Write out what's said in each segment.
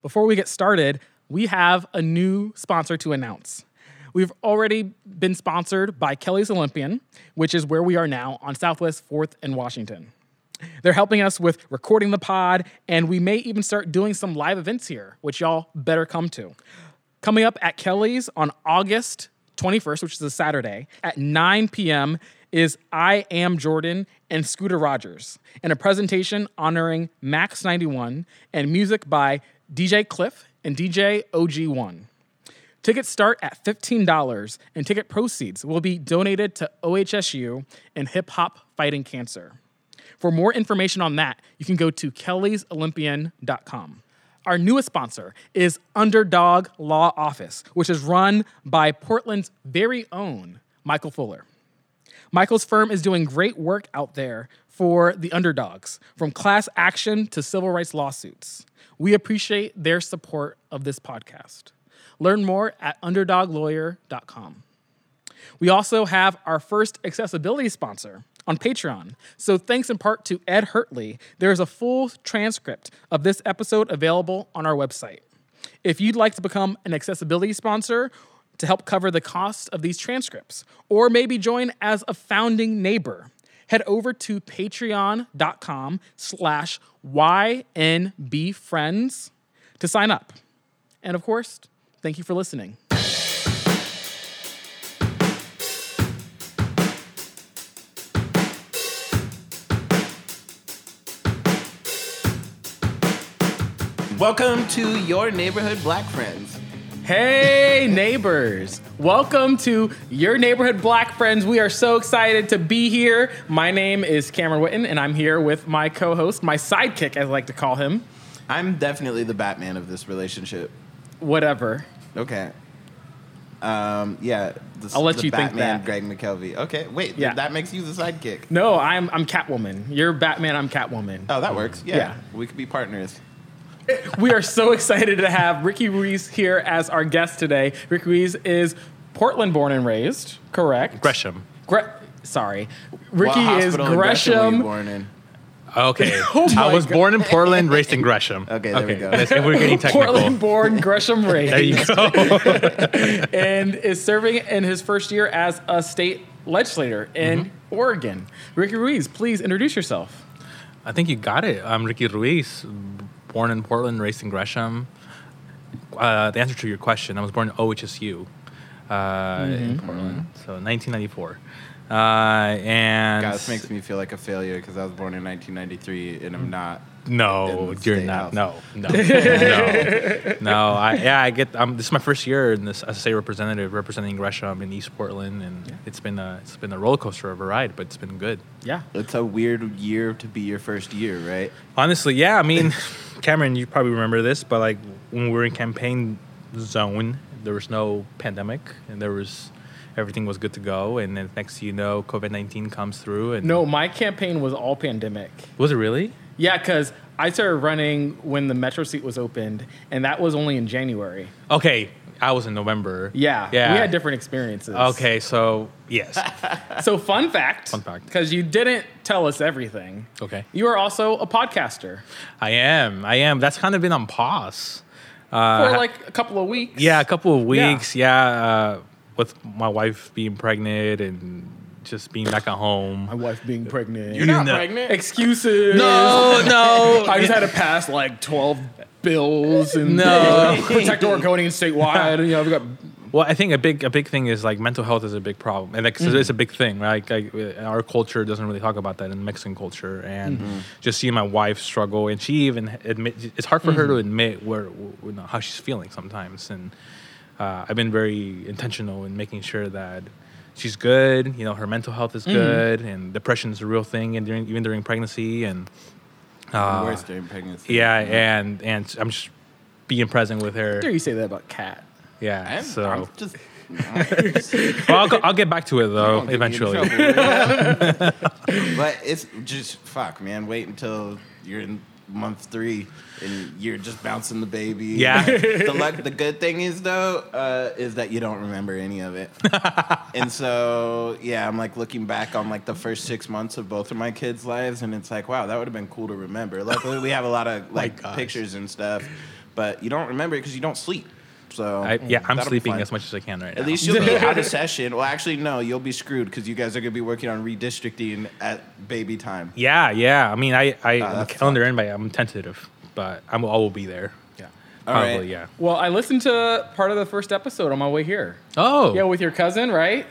Before we get started, we have a new sponsor to announce. We've already been sponsored by Kelly's Olympian, which is where we are now on Southwest 4th and Washington. They're helping us with recording the pod, and we may even start doing some live events here, which y'all better come to. Coming up at Kelly's on August 21st, which is a Saturday, at 9 p.m., is I Am Jordan and Scooter Rogers, and a presentation honoring Max 91 and music by DJ Cliff and DJ OG1. Tickets start at $15, and ticket proceeds will be donated to OHSU and Hip Hop Fighting Cancer. For more information on that, you can go to kellysolympian.com. Our newest sponsor is Underdog Law Office, which is run by Portland's very own Michael Fuller. Michael's firm is doing great work out there for the underdogs, from class action to civil rights lawsuits. We appreciate their support of this podcast. Learn more at underdoglawyer.com. We also have our first accessibility sponsor on Patreon. So thanks in part to Ed Hertley. There is a full transcript of this episode available on our website. If you'd like to become an accessibility sponsor to help cover the cost of these transcripts, or maybe join as a founding neighbor, head over to patreon.com slash ynbfriends to sign up. And of course, thank you for listening. Welcome to your neighborhood black friends. Hey, neighbors. Welcome to Your Neighborhood Black Friends. We are so excited to be here. My name is Cameron Witten, and I'm here with my co host, my sidekick, as I like to call him. I'm definitely the Batman of this relationship. Whatever. Okay. Um, yeah. This, I'll let the you think Batman, that. Greg McKelvey. Okay, wait. th- Yeah. that makes you the sidekick. No, I'm, I'm Catwoman. You're Batman, I'm Catwoman. Oh, that works. Yeah. Yeah. We could be partners. We are so excited to have Ricky Ruiz here as our guest today. Ricky Ruiz is Portland born and raised, correct? Gresham. Gre- Sorry. Ricky what is hospital in Gresham were you Gresham. born in? Okay. Oh my I was God. born in Portland, raised in Gresham. Okay, there we go. That's- we're getting technical. Portland born, Gresham raised. There you go. and is serving in his first year as a state legislator in Mm-hmm. Oregon. Ricky Ruiz, please introduce yourself. I think you got it. I'm Ricky Ruiz, born in Portland, raised in Gresham. Uh, the answer to your question, I was born in OHSU uh, in Portland, so 1994. Uh, and God, this makes me feel like a failure because I was born in 1993 and Mm. I'm not. No, Didn't you're stay not. out. No, no, no, no. I, yeah, I get. Um, this is my first year in this as a state representative representing Gresham in East Portland, and it's been a it's been a roller coaster of a ride, but it's been good. Yeah. It's a weird year to be your first year, right? Honestly, yeah. I mean, Cameron, you probably remember this, but like when we were in campaign zone, there was no pandemic, and there was everything was good to go. And then next thing you know, COVID nineteen comes through, and No, my campaign was all pandemic. was it really? Yeah, because I started running when the Metro seat was opened, and that was only in January. Okay, I was in November. Yeah. yeah. We had different experiences. Okay, so yes. So, fun fact. Fun fact. Because you didn't tell us everything. Okay. You are also a podcaster I am. I am. That's kind of been on pause. for like a couple of weeks. Uh, Yeah, a couple of Yeah. weeks. Yeah, uh, with my wife being pregnant and just being back at home. My wife being pregnant. You're not No. pregnant? Excuses. No, Oh, no, I just had to pass like 12 bills and No. protect Oregonian statewide. You know, we got Well, I think a big a big thing is like mental health is a big problem, and like, so it's a big thing. Right? Like, I, our culture doesn't really talk about that in Mexican culture, and just seeing my wife struggle, and she even admit it's hard for her to admit where, wh- you know, how she's feeling sometimes. And uh, I've been very intentional in making sure that she's good. You know, her mental health is good, and depression is a real thing, and during, even during pregnancy, and Worse during pregnancy. Uh, yeah, and and I'm just being present with her. dare you say that about Cat. Yeah, I'm, so I'm just. well, I'll, go- I'll get back to it though Don't get me in eventually. trouble. but it's just fuck, man. Wait until you're in month three and you're just bouncing the baby. Yeah. the luck, the good thing is though, uh, is that you don't remember any of it. and so yeah, I'm like looking back on like the first six months of both of my kids' lives, and it's like, wow, that would have been cool to remember. Luckily, we have a lot of like gosh. pictures and stuff. but you don't remember it because you don't sleep. So I, yeah, Mm, that'll I'm be sleeping fun. as much as I can right now. At least you'll be out of session. Well, actually, no, you'll be screwed because you guys are gonna be working on redistricting at baby time. Yeah, yeah. I mean, I, I Ah, the that's calendar in, but I'm tentative, but I'm, I will be there. Yeah, All probably. right. Yeah. Well, I listened to part of the first episode on my way here. Oh, Yeah, with your cousin, right?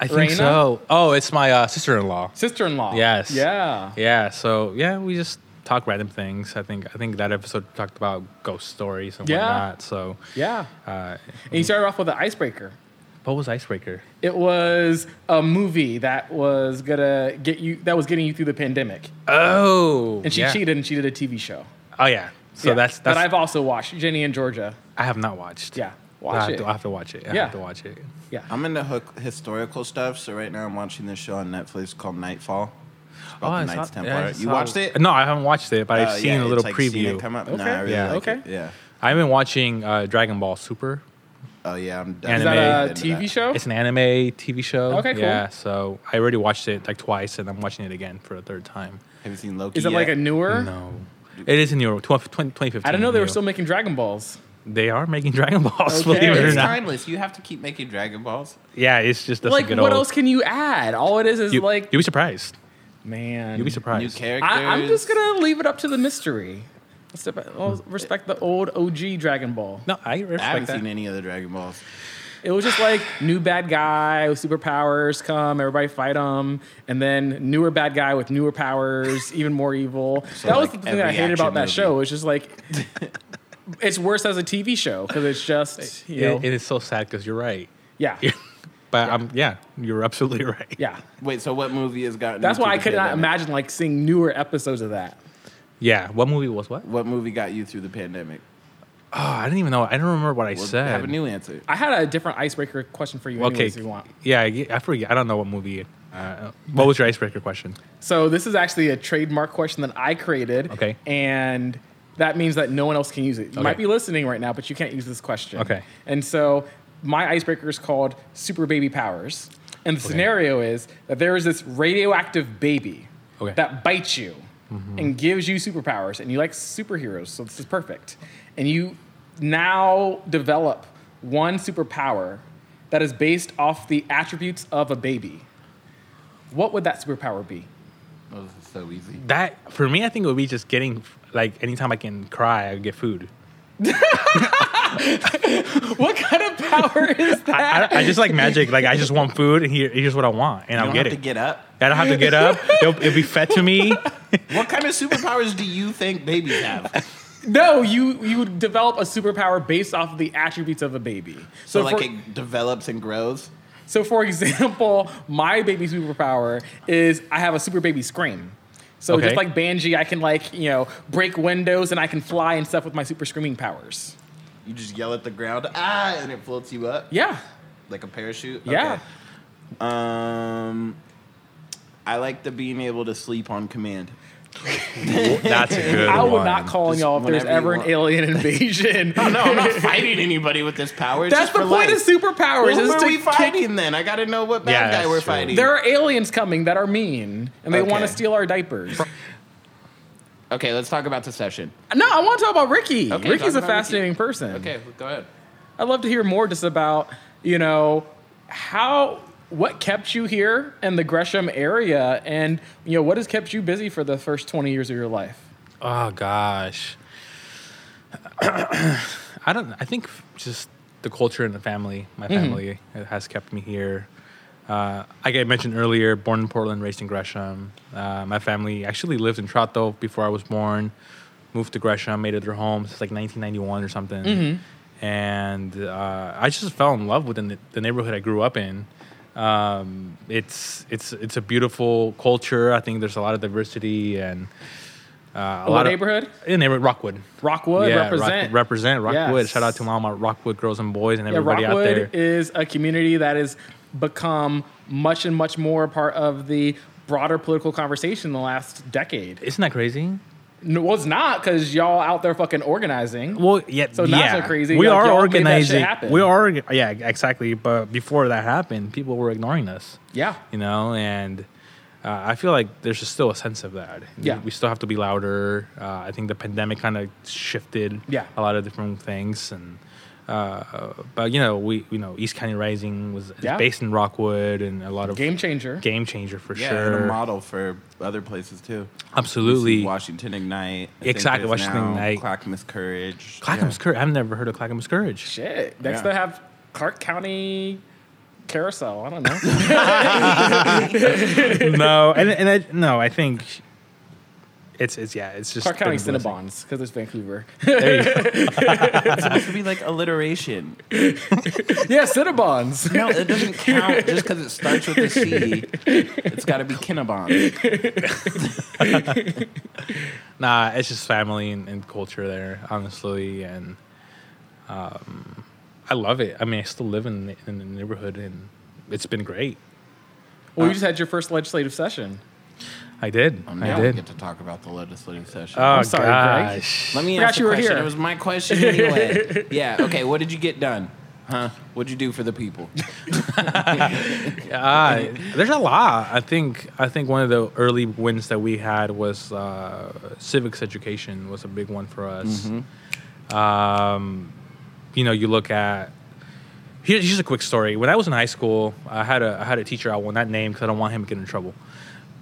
I think Raina? so. Oh, it's my uh, sister-in-law. Sister-in-law. Yes. Yeah. Yeah. So yeah, we just talk random things. I think I think that episode talked about ghost stories and Yeah. whatnot. So Yeah. uh, And you started off with an icebreaker. what was icebreaker? It was a movie that was gonna get you that was getting you through the pandemic. Oh, And she yeah. cheated and she did a TV show. Oh yeah. So Yeah. that's that that's I've also watched Jenny and Georgia. I have not watched. Yeah. I Watch have it. To, I have to watch it. I Yeah. have to watch it. yeah. I'm into hook historical stuff, so right now I'm watching this show on Netflix called Nightfall. It's Oh, about the I Knights saw- Templar. yeah, I you saw- watched it? No, I haven't watched it, but Uh, I've seen yeah, a little it's, like, seen it preview. come up. Okay. No, I really Yeah. like it. Okay. Yeah. I've been watching uh, Dragon Ball Super. Oh yeah, I'm Is definitely that a into that. TV show? It's an anime TV show. Okay, cool. Yeah, so I already watched it like twice, and I'm watching it again for a third time. Have you seen Loki? Is it like a yet? newer? No, it is in Europe. 12, 20, 2015. I don't know. They were new. still making Dragon Balls. They are making Dragon Balls. Okay. Believe it or It's not. timeless. You have to keep making Dragon Balls. Yeah, it's just that's a like, good what old- else can you add? All it is is You, like, you'll be surprised. man. You'll be New surprised. characters. I, I'm just gonna leave it up to the mystery. Let's step- I'll respect the old OG Dragon Ball. no, I respect I haven't that. seen any of the Dragon Balls. It was just like new bad guy with superpowers come, everybody fight him, and then newer bad guy with newer powers, even more evil. that was like, the thing that I every hated about action that movie. show. It's just like it's worse as a TV show because it's just you know, It- it is so sad because you're right. yeah, But I'm yeah, you're absolutely right. yeah. Wait, so what movie has gotten? That's you why I through the could not pandemic? imagine like seeing newer episodes of that. Yeah. What movie was what? What movie got you through the pandemic? Oh, I didn't even know. I don't remember what I Well, said. Have a new answer. I had a different icebreaker question for you, anyways, okay. if you want. Yeah, I- I forget. I don't know what movie. Uh, what was your icebreaker question? So this is actually a trademark question that I created. Okay. And that means that no one else can use it. You Okay. might be listening right now, but you can't use this question. Okay. And so my icebreaker is called Super Baby Powers. And the scenario is that there is this radioactive baby Okay. that bites you and gives you superpowers, and you like superheroes, so this is perfect. And you now develop one superpower that is based off the attributes of a baby. What would that superpower be? Oh, this is so easy. That for me, I think it would be just getting like anytime I can cry, I get food. What kind of power is that? I, I, I just like magic. Like I just want food, and here, here's what I want, and You I'll don't get have it. to get up. I don't have to get up. It'll, it'll be fed to me. What kind of superpowers do you think babies have? No, you you develop a superpower based off of the attributes of a baby. So, So, like for, it develops and grows. so for example, my baby superpower is I have a super baby scream. So Okay. just like Banji, I can like you know break windows and I can fly and stuff with my super screaming powers. You just yell at the ground, ah, and it floats you up Yeah, like a parachute. yeah. Okay. Um, I like the being able to sleep on command. That's a good I will one. not call Just y'all if there's whenever ever you an want. alien invasion. No, I'm not fighting anybody with this power. It's That's just the for point of life. superpowers. Well, is who are to we kick- fighting then? I got to know what bad guy Yeah, that's we're true. fighting. There are aliens coming that are mean and they want to Okay. steal our diapers. okay, let's talk about the session. No, I want to talk about Ricky. Okay, Ricky's talk a about Ricky. fascinating person. Okay, go ahead. I'd love to hear more just about, you know, how what kept you here in the Gresham area and you know what has kept you busy for the first 20 years of your life. Oh gosh. I don't I think just the culture and the family, Mm-hmm. my family it has kept me here. Uh, like I mentioned earlier, born in Portland, raised in Gresham. Uh, my family actually lived in Toronto before I was born. Moved to Gresham, made it their home since like 1991 or something. Mm-hmm. And uh, I just fell in love with the, ne- the neighborhood I grew up in. Um, it's it's it's a beautiful culture. I think there's a lot of diversity and uh, a What lot of- neighborhood? in neighborhood Rockwood. Rockwood yeah, represent. Rock, represent Rockwood. Yes. Shout out to all my Rockwood girls and boys and yeah, everybody out Rockwood there. is a community that has become much and much more a part of the broader political conversation in the last decade. Isn't that crazy? No, well, it's not because y'all out there fucking organizing. Well, yeah, So not yeah. so crazy, We like, are y'all made that shit organizing. happen. We are, yeah, exactly. But before that happened, people were ignoring us, yeah. you know, and uh, I feel like there's just still a sense of that. Yeah. we still have to be louder. Uh, I think the pandemic kind of shifted Yeah. a lot of different things, and uh, but you know we you know East County Rising was is Yeah. based in Rockwood, and a lot of Game changer. game changer for Yeah, sure. and a model for other places too. Absolutely. You see Washington Ignite. I think Exactly, there's Washington now Ignite. Clackamas Courage. Clackamas Courage. I've never heard of Clackamas Courage. Shit. Next Yeah. they have Clark County Carousel. I don't know. no, and and I, no, I think it's it's yeah, it's just Clark County been a blessing. Cinnabons because it's Vancouver. There you go. It's supposed to be like alliteration. yeah, Cinnabons. No, it doesn't count just because it starts with a C. It's got to be Kinnabon. Nah, it's just family and, and culture there, honestly, and um, I love it. I mean, I still live in the, in the neighborhood, and it's been great. Well, you just had your first legislative session. I did. I'm I now did. get to talk about the legislative session. Oh I'm sorry, Greg. gosh. Let me Forgot ask you you a were question. here. It was my question anyway. yeah. Okay. What did you get done? Huh? What'd you do for the people? Uh, there's a lot. I think I think one of the early wins that we had was uh, civics education was a big one for us. Mm-hmm. Um, you know, you look at here's just a quick story. When I was in high school, I had a I had a teacher. I will not name because I don't want him to get in trouble.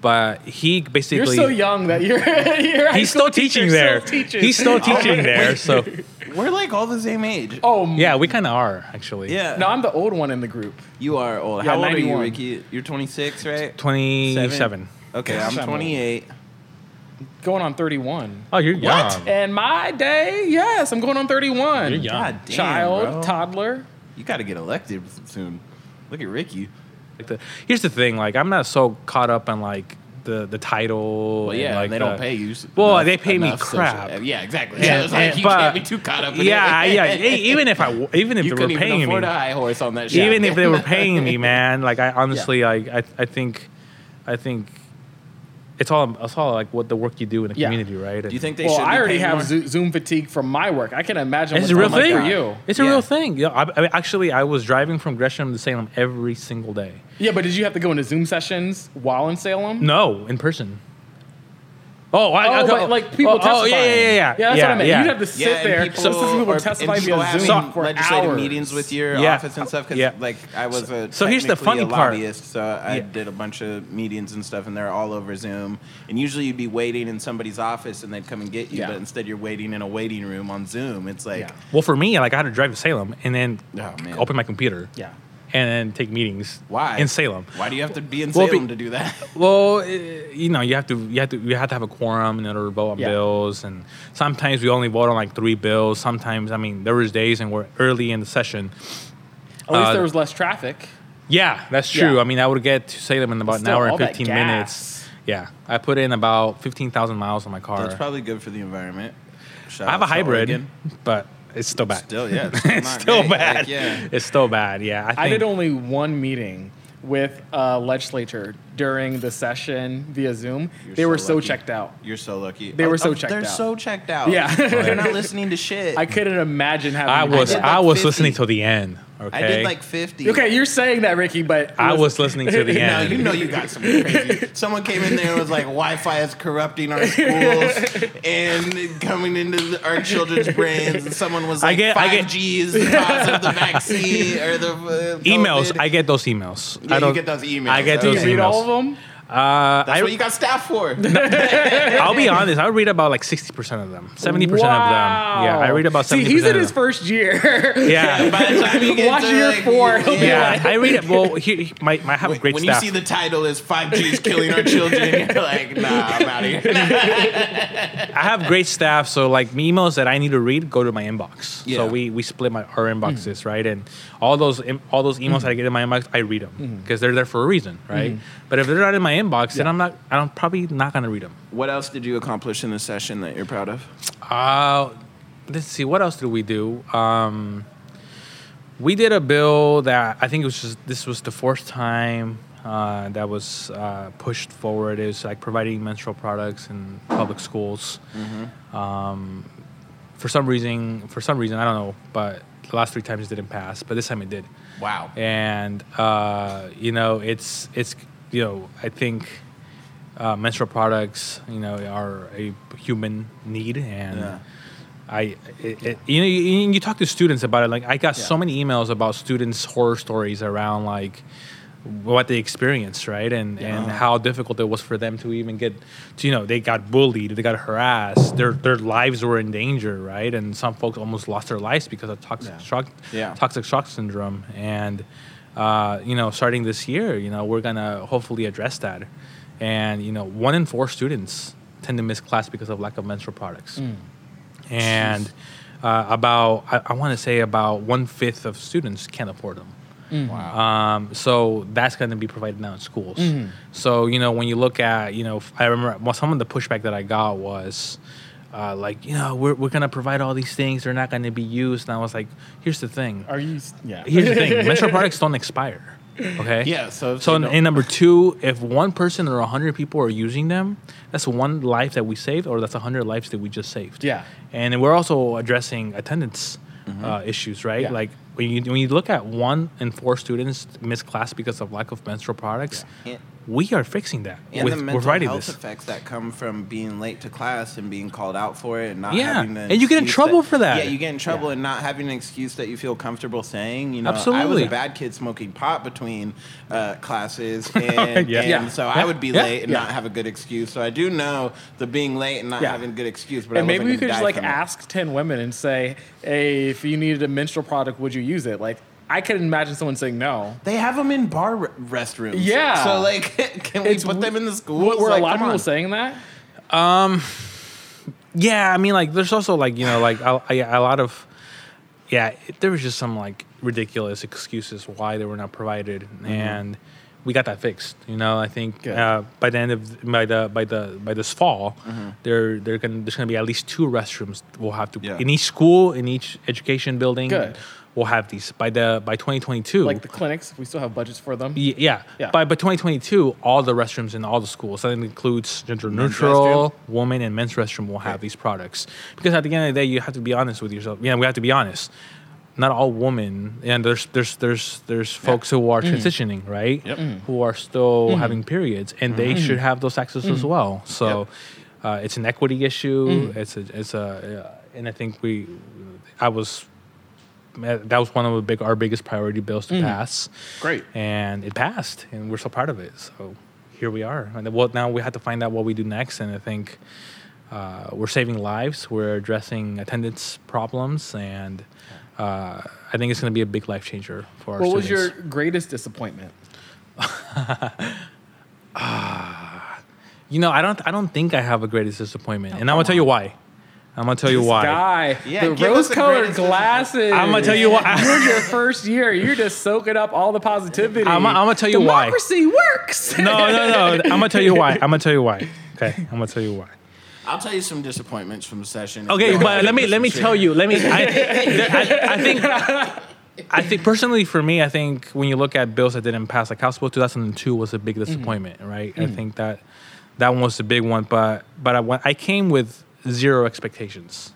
But he basically You're so young that you're, you're he's still teaching there. Teaching. He's still teaching there. So We're like all the same age. Oh yeah. yeah, we kind of are actually. yeah. No, I'm the old one in the group. You are old. Yeah, How old are you, 91. Ricky? You're 26, right? twenty-seven. Okay, Gosh, I'm I'm old. 28. Going on 31. Oh, you're young. And my day, yes, I'm going on 31. You're young. God damn, Child, bro. toddler. You got to get elected soon. Look at Ricky. Like the, here's the thing, like I'm not so caught up on like the the title. Well, and, yeah, like, uh, they the- don't pay you. s- Well, enough- they pay me enough social- crap. yeah, exactly. Yeah, Yeah, it's like and- you but- can't be too caught up. In yeah, it. yeah. e- Even if I, w- even if you they were couldn't even paying me, afford a high horse on that. Show. even if they were paying me, man, like I honestly, like I, I think, I think, it's all, it's all like what the work you do in the Yeah. community, right? do you think they Well, should? be I already paying have more? Zo- Zoom fatigue from my work. I can imagine It's what's a real going thing. on for you. It's a Yeah. real thing. Yeah, I, I mean, actually, I was driving from Gresham to Salem every single day. Yeah, but did you have to go into Zoom sessions while in Salem? No, in person. Oh, I, Oh, I, but like people oh, testifying. Oh, yeah, yeah, yeah, yeah. that's what I meant. yeah. You'd have to sit Yeah, there. and people, listen to people are- testify and people via having Zoom for legislative hours. meetings with your Yeah. office and stuff. Because Yeah. like I was a so here's the technically funny a part. lobbyist, so I Yeah. did a bunch of meetings and stuff, and they're all over Zoom. And usually you'd be waiting in somebody's office, and they'd come and get you. Yeah. But instead, you're waiting in a waiting room on Zoom. It's like Yeah. Well, for me, like I had to drive to Salem and then Oh, man. open my computer. Yeah. And then take meetings. why in Salem? Why do you have to be in Well, be- Salem to do that? Well, eh, you know, you have to, you have to, you have to have a quorum in order to vote on Yeah. bills, and sometimes we only vote on like three bills. Sometimes, I mean, there was days and we're early in the session. At least Uh, there was less traffic. Yeah, that's true. Yeah. I mean, I would get to Salem in about an still, hour and all that fifteen gas. minutes. Yeah, I put in about fifteen thousand miles on my car. That's probably good for the environment. Shout I have a out to hybrid, Oh, Oregon. but it's still bad. Still, yeah, it's it's not still great. Like, bad. yeah. It's still bad. Yeah, I, think, I did only one meeting with a legislature during the session via Zoom. You're they were so lucky. checked out. You're so lucky. Oh, They were so checked they're out. so checked out. Yeah. they're not listening to shit. I couldn't imagine having. I to do was that. did I like was 50. listening till the end. Okay. I did like 50. Okay, you're saying that, Ricky, but I listen- was listening to the Now end. you know you got something crazy. Someone came in there and was like, "Wi-Fi is corrupting our schools and coming into the, our children's brains." And someone was I like, get- I "5G get- is the cause of the vaccine or the uh, emails. COVID." I get those emails. Yeah, I you don't get those emails. I get Do those you read emails. all of them? Uh, That's I, what you got staff for. I'll be honest. I read about like sixty percent of them, seventy percent of them. Yeah, I Wow. read about See, seventy. he's in percent his first year. Yeah. By the time you get Watch to, year like, four, he'll be Yeah, I read it. Well, here, he- my, my I have a great when staff. you see the title is 5G is killing our children, you're like, nah, I'm out of here. I have great staff, so like me emails that I need to read go to my inbox. Yeah. So we we split my our inboxes, right? And all those im- all those emails that I get in my inbox, I read them because they're there for a reason, right? But if they're not in my inbox, then I'm not. I'm probably not gonna read them. What else did you accomplish in this session that you're proud of? Uh, let's see. What else did we do? Um, we did a bill that I think it was just this was the fourth time uh, that was uh, pushed forward. It was like providing menstrual products in public schools. Um, for some reason, for some reason, I don't know, but the last three times it didn't pass, but this time it did Wow. and uh, you know it's it's you know I think uh, menstrual products, you know, are a human need, and Yeah. I, it, it, you know, you, you talk to students about it. Like, I got so many emails about students' horror stories around like what they experienced, right, and and how difficult it was for them to even get, to, you know, they got bullied, they got harassed, their their lives were in danger, right, and some folks almost lost their lives because of toxic Yeah. shock, Yeah. toxic shock syndrome, and uh, you know, starting this year, you know, we're gonna hopefully address that, and you know, one in four students tend to miss class because of lack of menstrual products and uh, about I, I want to say about one fifth of students can't afford them. Wow. Um, so that's going to be provided now in schools. So you know when you look at you know f- I remember well, some of the pushback that I got was. Uh, like you know, we're we're gonna provide all these things. They're not gonna be used. And I was like, here's the thing. Are you? s- Yeah. Here's the thing. menstrual products don't expire. Okay. Yeah, so if so they and, don't- and number two, if one person or hundred people are using them, that's one life that we saved, or that's hundred lives that we just saved. Yeah. Mm-hmm. And we're also addressing attendance uh, issues, right? Yeah. Like when you when you look at one in four students miss class because of lack of menstrual products, Yeah. we are fixing that. And with, the we're mental writing health this. effects that come from being late to class and being called out for it and not Yeah, having the and you get in excuse trouble that- for that. Yeah, you get in trouble and not having an excuse that you feel comfortable saying. You know, I was Absolutely. a bad kid smoking pot between uh, classes, and, Yeah. and Yeah. so Yeah. I would be Yeah. late and Yeah. not have a good excuse. So I do know the being late and not Yeah. having a good excuse. But I and maybe wasn't we could just gonna die like from it. ask 10 women and say, hey, if you needed a menstrual product, would you use it? Like, I can imagine someone saying no. They have them in bar re- restrooms. Yeah. So like, can we put them in the schools? Were like, a lot of come people on. saying that? Yeah, I mean, like, there's also like you know, like a, a, a lot of, yeah, it- there was just some like ridiculous excuses why they were not provided, and we got that fixed. You know, I think Mm-hmm. Good. uh, by the end of by the by the by this fall, Mm-hmm. there there gonna there's gonna be at least two restrooms we'll have to Yeah. in each school in each education building. Good. We'll have these by the by 2022. Like the clinics, we still have budgets for them. Y- Yeah. Yeah. By by 2022, all the restrooms in all the schools, so that includes gender restroom? neutral, woman, and men's restroom, will have these products. Because at the end of the day, you have to be honest with yourself. Yeah, we have to be honest. Not all women, and there's there's there's there's folks who are transitioning, right? Mm. Yep. Mm. Mm. Who are still having periods, and they should have those access as well. So, uh, it's an equity issue. It's a it's a, uh, and I think we, I was eh, that was one of the big our biggest priority bills to pass. Mm. Great. And it passed, and we're so proud of it. So here we are. And well, now we have to find out what we do next. And I think uh, we're saving lives. We're addressing attendance problems, and uh, I think it's going to be a big life changer for our What was students. your greatest disappointment? You know, I don't. I don't think I have a greatest disappointment, Oh, and I'm gonna tell you why. I'm gonna tell you why. Guy, Yeah, the give us the rose-colored greatest glasses. I'm gonna tell you why. You're in your first year. You're just soaking up all the positivity. I'm- I'm gonna tell you why. Democracy works. no, no, no. I'm gonna tell you why. I'm gonna tell you why. Okay, I'm gonna tell you why. I'll tell you some disappointments from the session. Okay, Go ahead. but let me let me tell you. Let me. I, I, I think. I think personally for me, I think when you look at bills that didn't pass, like House Bill 2002 was a big disappointment, right? I think that that one was the big one, but but I, went- I came with zero expectations,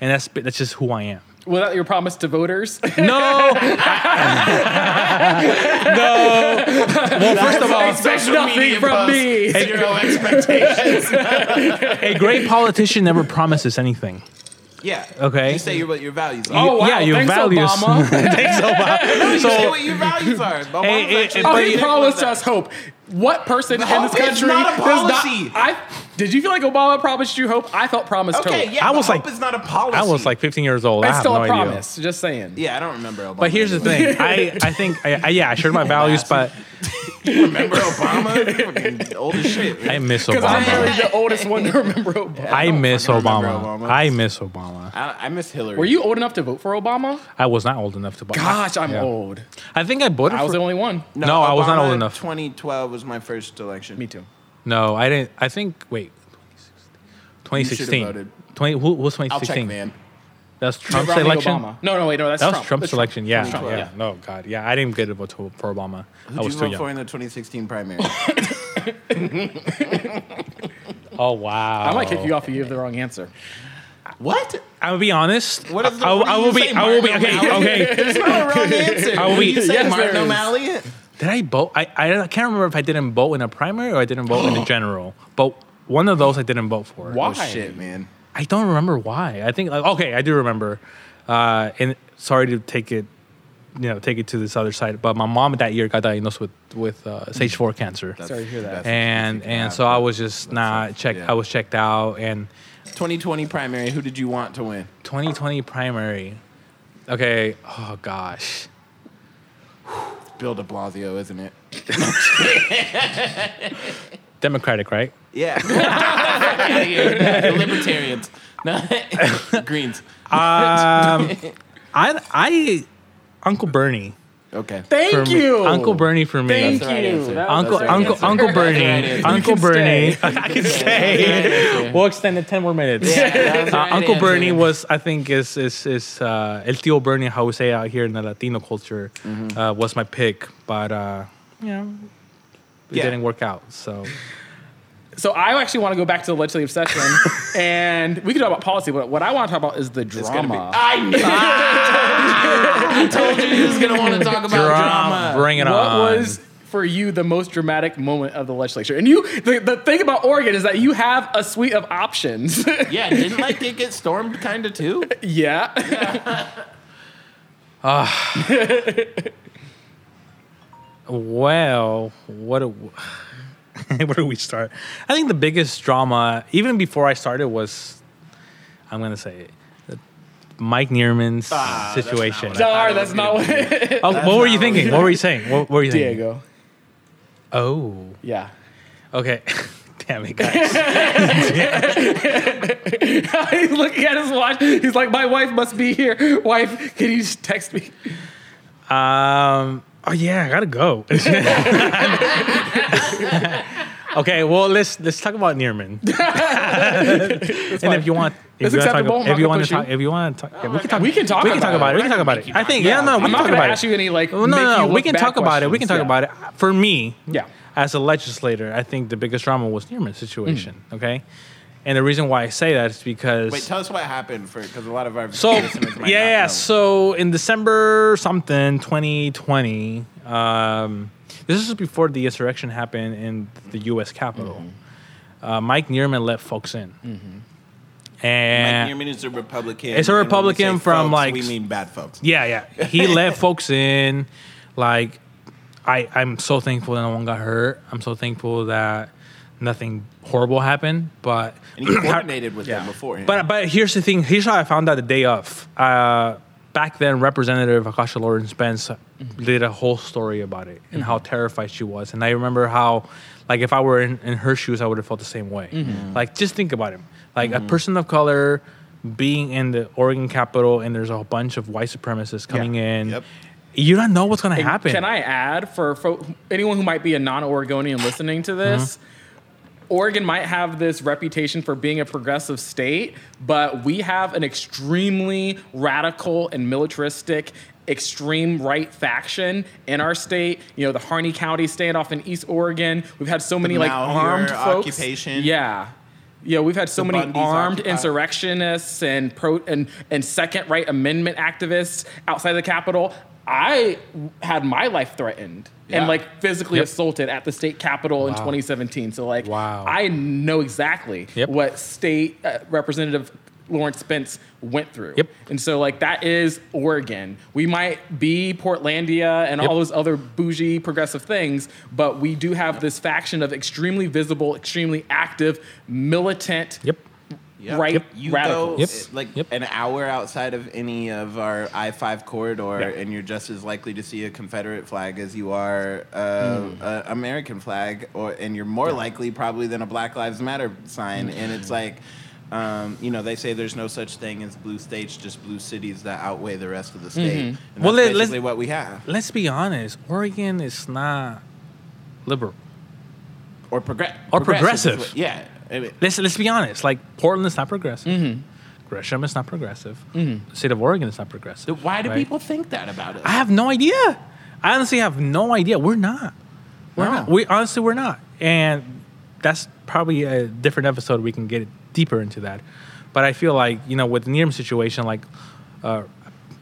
and that's that's just who I am. Without your promise to voters. No, First of uh, all, Expect nothing from me. Zero expectations. a great politician never promises anything. yeah. Okay. You say your, what your values are. Oh wow! yeah, your thanks, values. Obama. Thanks, Obama. You say So what your values are. Obama's Hey, hey, actually hey, Oh, But he you- pretty promised good us hope. What person in Hope this is country not a does not- policy. I did you feel like Obama promised you hope? I thought promised with that. Okay, hope. yeah. I but was hope like- is not a policy. I was like 15 years old. I It's have still no a idea. promise. Just saying. yeah, I don't remember Obama. But here's the thing. I, I think I, I yeah I shared my values, but remember Obama? Fucking old as shit. I miss Because I'm Obama. really the oldest one to remember Obama. I miss fucking remember Obama. Obama. I miss Obama. I, I miss Hillary. Were you old enough to vote for Obama? I was not old enough to buy. Gosh, I'm Yeah. old. I think I voted I was for. the only one. no, I was not Obama, old enough. 2012 was my first election. Me too. no, I didn't. I think. Wait. 2016. voted. 20. Who who was I'll check, 2016? man. That's Trump's Romney election. Obama. No, no, wait, no, that's That was Trump. Trump's That's Trump. election. Yeah, Trump, yeah. yeah. No, God. Yeah, I didn't get a vote to- for Obama. I Who was did you too vote young. for in the 2016 primary? Oh wow. I might kick you off if you give the wrong answer. what? I will be honest. What is the- I, I, what do I you will say, be. I will be. Martin Okay. Okay. There's not a wrong answer. I will What did be. you say Yes, Martin there is. O'Malley? Did I vote? I, I I can't remember if I didn't vote in a primary or I didn't vote in a general. But one of those I didn't vote for. Why? Oh shit, man. I don't remember why. I think like, okay, I do remember. Uh, and sorry to take it, you know, take it to this other side. But my mom that year got diagnosed with with uh, stage four cancer, That's- Sorry to hear that. that's- and that's- and so I was just not checked. yeah. I was checked out. And 2020 primary. Who did you want to win? 2020 primary. Okay. Oh gosh. Bill De Blasio, isn't it? Democratic, right? Yeah. Outta here. Libertarians. No. Greens. I I Uncle Bernie. Okay. Thank for me. you. Uncle Bernie for me. Thank That's the right you. answer. That was- Uncle That's our Uncle answer. Uncle That's our Bernie. answer. Uncle You can Bernie. stay. I can That's our stay. answer. We'll extend it ten more minutes. Yeah, Uh, Uncle Bernie was, I think, is is is uh, El Tio Bernie, how we say out here in the Latino culture, uh, was my pick, but uh, you know, it Yeah. didn't work out. So So I actually want to go back to the legislative session, and we can talk about policy. But what I want to talk about is the gonna be. drama. I knew. I told you he was gonna want to talk about drama. bring it what Um, on. was for you the most dramatic moment of the legislature? And you, the, the thing about Oregon is that you have a suite of options. Yeah, didn't like it get stormed kind of too? yeah. Well, what do where do we start? I think the biggest drama, even before I started, was I'm gonna say it, Mike Neerman's Ah, that's not situation. what Sorry, I- that's not what. Oh, what were you not what thinking? What were you saying? What were you thinking? Diego. Oh, Yeah. okay. Damn it, guys. he's looking at his watch. He's like, my wife must be here. Wife, can you just text me? um. Oh yeah, I gotta go. okay. Well, let's let's talk about Neerman. and if you want, if It's you want to talk, acceptable. I'm about- not if you gonna want push to talk, you. if you want to talk, yeah, we can talk. We can talk. we can talk about it. We can talk about it. I think. Yeah, no, I'm we can not talk gonna about ask it. you any like. Well, make no, you no, we look can bad talk about it. We can talk questions. about it. For me, Yeah. as a legislator, I think the biggest drama was Neerman's situation. Mm. Okay, and the reason why I say that is because Wait, tell us what happened for because a lot of our so listeners yeah, might not yeah. know. So in December something 2020, um, this is before the insurrection happened in the U.S. Capitol. Mm-hmm. Uh, Mike Neerman let folks in, and Mike Newman is a Republican. eh. It's a and when we Republican say from, folks, like, we mean bad folks. Yeah, yeah. He let folks in. Like, I I'm so thankful that no one got hurt. I'm so thankful that nothing horrible happened. But And he coordinated with them beforehand. but but here's the thing. Here's how I found out the day of. Uh, back then, Representative Akasha Lawrence Spence did a whole story about it Mm-hmm. and how terrified she was. And I remember how, like, if I were in, in her shoes, I would have felt the same way. Mm-hmm. Like, just think about it. Like a person of color being in the Oregon Capitol, and there's a bunch of white supremacists coming in. Yep. You don't know what's gonna happen. Can I add for fo- anyone who might be a non-Oregonian listening to this? Oregon might have this reputation for being a progressive state, but we have an extremely radical and militaristic extreme right faction in our state. You know, the Harney County standoff in East Oregon. We've had so many like Malheur armed folks. occupation. Yeah. Yeah, we've had so many Bundy's armed occupy- insurrectionists and pro and and second right amendment activists outside the Capitol. I w- had my life threatened and Yeah. like physically Yep. assaulted at the state capitol in 2017. So like, Wow. I know exactly Yep. what state uh, representative Lawrence Spence went through. Yep. And so like that is Oregon. We might be Portlandia and Yep. all those other bougie progressive things, but we do have this faction of extremely visible, extremely active, militant. Yep. Yep. right Yep. You radicals. go Yep. uh, like Yep. an hour outside of any of our I five corridor, Yeah. and you're just as likely to see a Confederate flag as you are uh, Mm. a American flag, or and you're more likely probably than a Black Lives Matter sign. And Mm. it's like. Um, you know, they say there's no such thing as blue states, just blue cities that outweigh the rest of the state. And Well, that's let- let's- basically what we have, Let's be honest. Oregon is not liberal. or progress, Or is what- progressive. yeah, I mean, let's let's be honest. Like Portland is not progressive. Gresham is not progressive. The state of Oregon is not progressive. Why do right? people think that about us? I have no idea. I honestly have no idea. We're not. We're No. not. We honestly we're not. And that's probably a different episode. We can get deeper into that. But I feel like you know with the Nearm situation, like uh,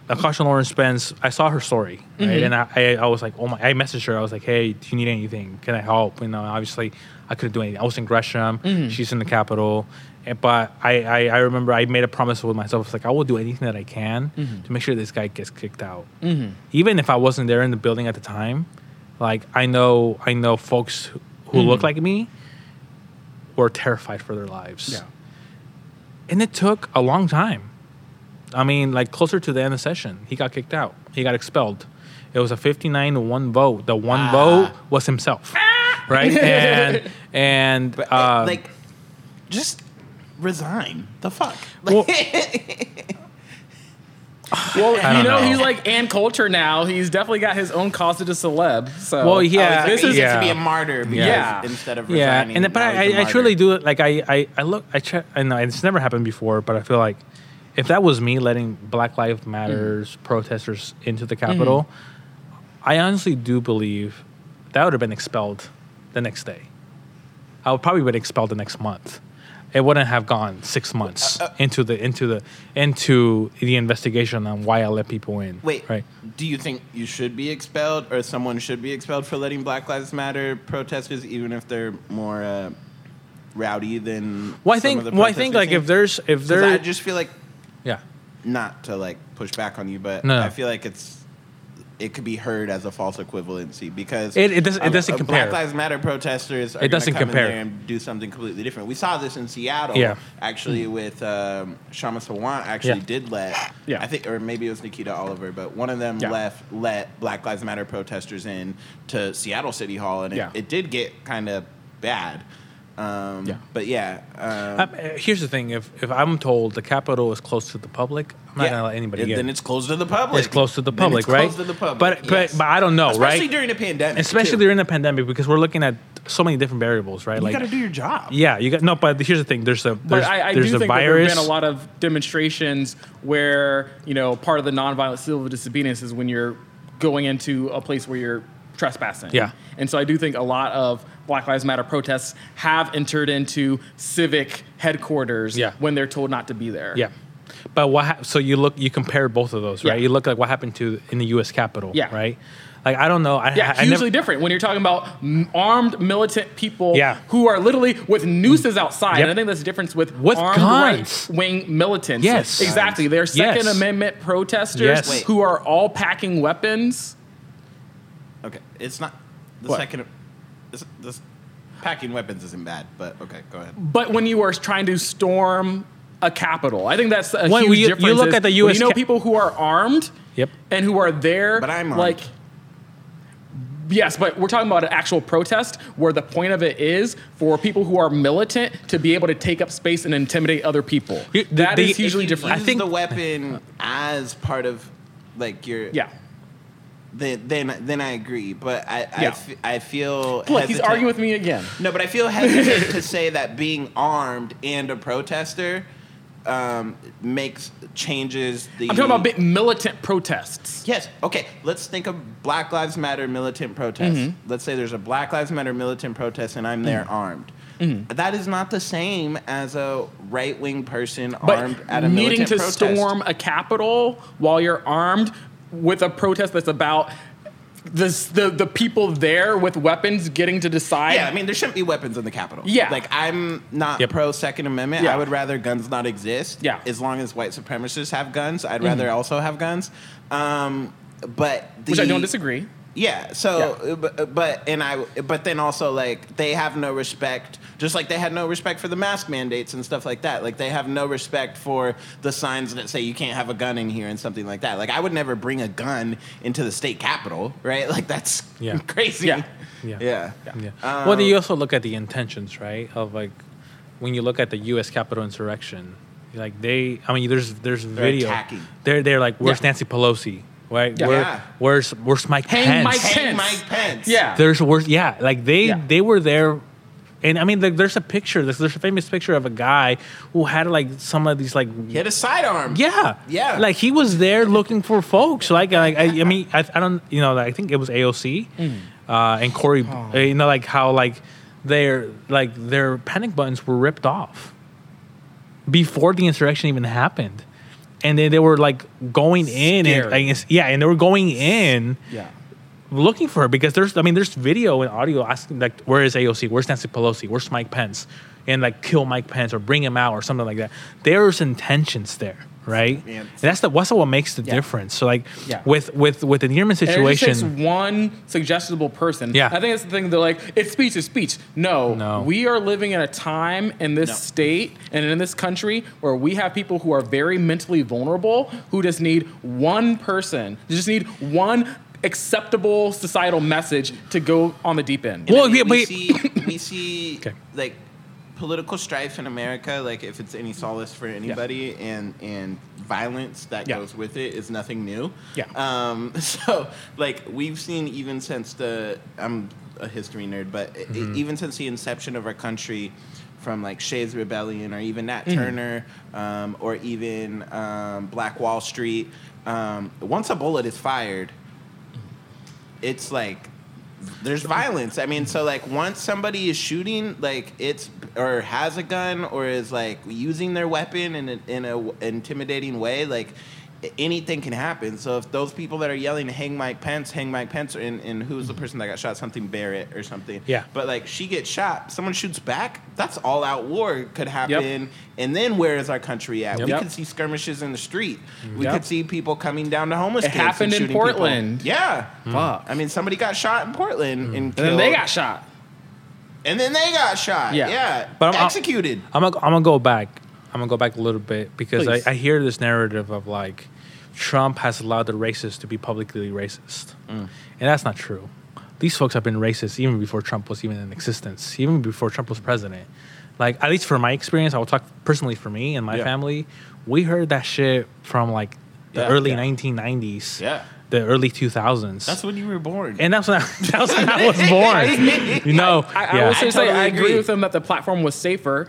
Natasha Lawrence Spence, I saw her story, right? and I, I, I was like, oh my, I messaged her. I was like, hey, do you need anything? Can I help? You know, obviously, I couldn't do anything. I was in Gresham, she's in the capital, and, but I, I, I remember I made a promise with myself. It's like I will do anything that I can to make sure this guy gets kicked out, even if I wasn't there in the building at the time. Like I know, I know folks who look like me were terrified for their lives Yeah. and it took a long time. I mean, like closer to the end of the session, he got kicked out. He got expelled. It was a 59 to one vote. The one vote was himself, right? And and But, uh, like, just resign. The fuck. Well- Well, I you don't know, know. he's like and culture now. He's definitely got his own cause to celeb. So Well, yeah. Oh, this this is- is yeah. to be a martyr. Because Yeah. Instead of yeah, resigning. and but now he's a I, I, I martyr. truly do it. Like I I, I look I check. I know it's never happened before, but I feel like if that was me letting Black Lives Matters Mm-hmm. protesters into the Capitol, I honestly do believe that would have been expelled the next day. I would probably been expelled the next month. It wouldn't have gone six months Uh, into the into the into the investigation on why I let people in. Wait, right? do you think you should be expelled or someone should be expelled for letting Black Lives Matter protesters, even if they're more uh, rowdy than? Well, I some think of the well, I protests think we've like seen? if there's if 'Cause there I just feel like yeah. not to like push back on you, but No, no. I feel like it's it could be heard as a false equivalency because It- it doesn't- it um, doesn't uh, compare. Black Lives Matter protesters are It gonna doesn't come in compare. there and do something completely different. We saw this in Seattle, Yeah. actually, with um, Shama Sawant actually Yeah. did let Yeah. I think or maybe it was Nikita Oliver, but one of them Yeah. left let Black Lives Matter protesters in to Seattle City Hall, and it, Yeah. it did get kind of bad. Um, Yeah. But yeah, um, Um, uh, here's the thing: if if I'm told the Capitol is closed to the public, I'm not yeah. gonna let anybody And in. Then it's closed to the public. It's closed to the Then public, it's right? Closed to the public. But yes. but but I don't know, especially right? during the pandemic, Especially too. during the pandemic, because we're looking at so many different variables, right? You like, got to do your job. yeah, you got no. But here's the thing: there's a But there's, I, I do there's think a that there virus. have been a lot of demonstrations where, you know, part of the nonviolent civil disobedience is when you're going into a place where you're trespassing. Yeah. And so I do think a lot of Black Lives Matter protests have entered into civic headquarters Yeah. when they're told not to be there. yeah, but what? hap so you look, you compare both of those, right? Yeah. You look like what happened to in the U.S. Capitol, Yeah. right? Like I don't know. I, Yeah, I, I hugely never, different when you're talking about m- armed militant people Yeah. who are literally with nooses outside. Yep. And I think that's the difference with, With armed guns. right-wing militants. Yes. Exactly. They're Second Yes. Amendment protesters Yes. Wait. who are all packing weapons. Okay, it's not the What? second. This, this packing weapons isn't bad, but okay, go ahead. But when you are trying to storm a capital, I think that's a When huge you- you difference. look is at the when US You know ca- people who are armed Yep. and who are there. But I'm armed. like. Yes, but we're talking about an actual protest where the point of it is for people who are militant to be able to take up space and intimidate other people. That You- is the- the- if hugely you- different. I Use think- the weapon as part of like your yeah. Then then, then I agree, but I I Yeah. f- I feel Look, he's hesitant- arguing with me again. No, but I feel hesitant to say that being armed and a protester um, makes changes the. I'm talking about big militant protests. Yes. Okay. Let's think of Black Lives Matter militant protests. Mm-hmm. Let's say there's a Black Lives Matter militant protest, and I'm there armed. Mm-hmm. That is not the same as a right wing person armed at But a needing militant to protest. storm a capitol while you're armed with a protest that's about the, the, the people there with weapons getting to decide. Yeah, I mean there shouldn't be weapons in the Capitol. Yeah. like I'm not Yep. pro Second Amendment. Yeah. I would rather guns not exist. Yeah. Mm-hmm. as long as white supremacists have guns, I'd rather also have guns. Um, but the, which I don't disagree. Yeah. So, uh, bu- but and I, but then also like they have no respect, just like they had no respect for the mask mandates and stuff like that. Like they have no respect for the signs that say you can't have a gun in here and something like that. Like I would never bring a gun into the state capitol, right? Like that's Yeah. crazy. Yeah. Yeah. Yeah. Yeah. Uh, well, then you also look at the intentions, right? Of like when you look at the U.S. Capitol insurrection, like they, I mean, there's there's video. attacking. They're they're like, where's Yeah. Nancy Pelosi? Right? Yeah. Where- Yeah. Where's where's Mike Hang Pence? Mike Pence. Hang Mike Pence. Yeah. There's worse. Yeah, like they Yeah. they were there, and I mean, like, there's a picture. There's, there's a famous picture of a guy who had like some of these like. He had a sidearm. Yeah, Yeah. Like he was there looking for folks. Like, like I, I mean, I, I don't, you know, like, I think it was AOC uh, and Corey. uh, You know, like how like their like their panic buttons were ripped off before the insurrection even happened. and then they were like going in and Scared. like, it's- yeah, and they were going in Yeah. looking for her because there's I mean there's video and audio asking like where is AOC, where's Nancy Pelosi, where's Mike Pence, and like kill Mike Pence or bring him out or something like that. There's intentions there, right? Yeah. And that's the that's what makes the Yeah. difference. So like Yeah. with with with the Nierman And it just situation, takes one suggestible person. Yeah. I think that's the thing. They're like, it's speech is speech. No, No. we are living in a time in this No. state and in this country where we have people who are very mentally vulnerable who just need one person, they just need one acceptable societal message to go on the deep end. Well, I mean, yeah, we but- see we see Okay. like political strife in America. Like, if it's any solace for anybody, and and violence that Yeah. goes with it is nothing new. Yeah. Um. So, like, we've seen even since the I'm a history nerd, but e- Mm-hmm. even since the inception of our country. From like Shays Rebellion, or even Nat Mm. Turner, um, or even um, Black Wall Street. Um, once a bullet is fired, it's like there's violence. I mean, so like once somebody is shooting, like it's or has a gun or is like using their weapon in a, in a intimidating way, like anything can happen. So if those people that are yelling "Hang Mike Pence," "Hang Mike Pence," and, and who's Mm-hmm. the person that got shot? Something Barrett or something. Yeah. But like she gets shot, someone shoots back. That's all out war could happen. And then where is our country at? Yep. We Yep. could see skirmishes in the street. We Yep. could see people coming down to homeless. It camps happened and in shooting people. Portland. Yeah. Fuck. I mean, somebody got shot in Portland Hmm. and and killed, then they got shot. and then they got shot. Yeah. Yeah, But I'm- executed. I'm gonna, I'm gonna go back. I'm gonna go back a little bit because I, Please. I hear this narrative of like Trump has allowed the racists to be publicly racist, and that's not true. These folks have been racist even before Trump was even in existence, even before Trump was president. Like at least for my experience, I will talk personally for me and my Yeah. family. We heard that shit from like the Yeah, early yeah. 1990s, Yeah. the early 2000s. when you were born. and that's when I, that's when I was born. You know, I, I Yeah. will say, I say totally I agree. agree. with them that the platform was safer.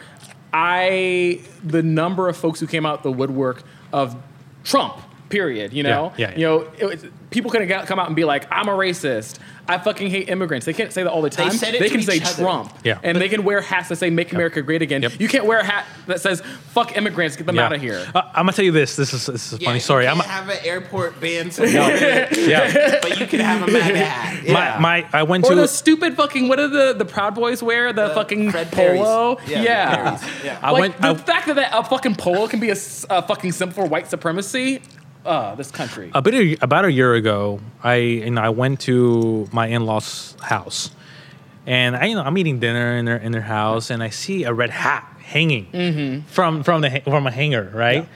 I the number of folks who came out the woodwork of Trump. Period. You know. Yeah, yeah, yeah. You know, it was, people couldn't get- come out and be like, "I'm a racist. I fucking hate immigrants." They can't say that all the time. said it to can each say other. Trump. Yeah. And they can wear hats that say "Make America Great Again." Yep. You can't wear a hat that says "Fuck immigrants. Get them Yeah. out of here." Uh, I'm gonna tell you this. This is this is Yeah, funny. you Sorry. I'm can't have an airport ban, somewhere, yeah. but you can have a MAGA hat. Yeah. My my I went Or to those stupid fucking what do the, the Proud Boys wear? The fucking Fred Perry's. polo. Yeah, Fred yeah. Perry's. Yeah. I like went- the I- fact that, that a fucking polo can be a, s- a fucking symbol for white supremacy. Uh, this country. a bit of, about a year ago. I you know I went to my in laws house, and I you know I'm eating dinner in their in their house, and I see a red hat hanging Mm-hmm. from from the ha- from a hanger. Right.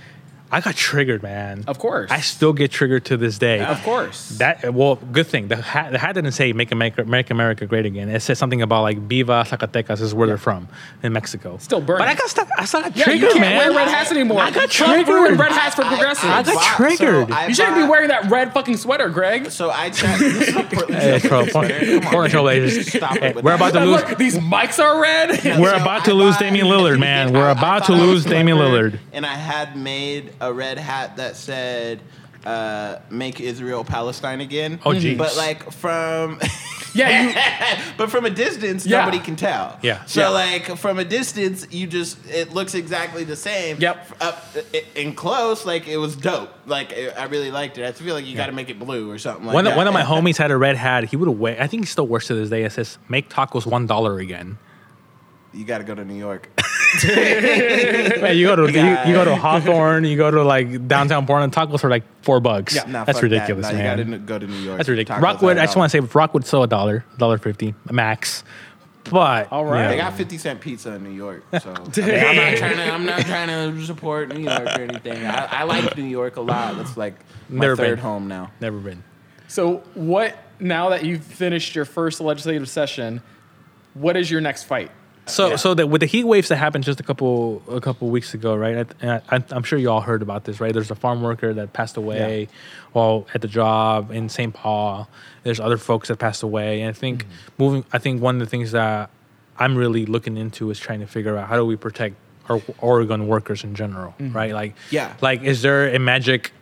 I got triggered, man. Of course. I still get triggered to this day. of course. That well, good thing. The hat, the hat didn't say "Make America, Make America Great Again." It said something about like "Viva Zacatecas" is where they're from in Mexico. Still burning. But I got stuck. I still got yeah, triggered, you can't man. wear red hats anymore. I got Trump triggered. ruined red hats for progressives. I- I got bought- triggered. so I you shouldn't be bought- wearing that red fucking sweater, Greg. So I checked. This is a Portland Hey, Trail Blazers, Tro- Portland Gary. Come on, Portland Trailblazers. just Stop Hey, it. with we're that. about to And lose- look, these mics are red. We're So about I to lose bought- Damian Lillard, man. I- We're I about bought to a lose sweater, Damian Lillard. And I had made a red hat that said, uh, "Make Israel Palestine again." Oh, jeez. But like from. yeah, you, but from a distance, Yeah. nobody can tell. Yeah. So Yeah. like from a distance, you just it looks exactly the same. Yep. F- Up i- in close, like it was dope. Like I I really liked it. I feel like you got to make it blue or something like One, that. of- one of my homies had a red hat. He would have wear. I think he still wears to this day. It says "Make tacos one dollar again." you got to go to New York. Man, you go to you, you go to Hawthorne, you go to like downtown Portland. Tacos are like four bucks. Yeah. Nah, that's fuck that. ridiculous, Nah, man. You got to go to New York. That's ridiculous. Tacos Rockwood, are I just want out. to say Rockwood's still a dollar, a dollar fifty max. But All right. you know. They got fifty cent pizza in New York, so I am not trying to. I'm not trying to support New York or anything. I, I like New York a lot. That's like my Never been. third home now. never been. So what? Now that you've finished your first legislative session, what is your next fight? So Yeah. so that with the heat waves that happened just a couple a couple weeks ago, right? I, I, I'm- I'm sure you all heard about this, right? There's a farm worker that passed away while at the job in St. Paul. There's other folks that passed away, and I think Mm-hmm. moving. I think one of the things that I'm really looking into is trying to figure out how do we protect our Oregon workers in general, right? Like Mm-hmm. Yeah. like is there a magic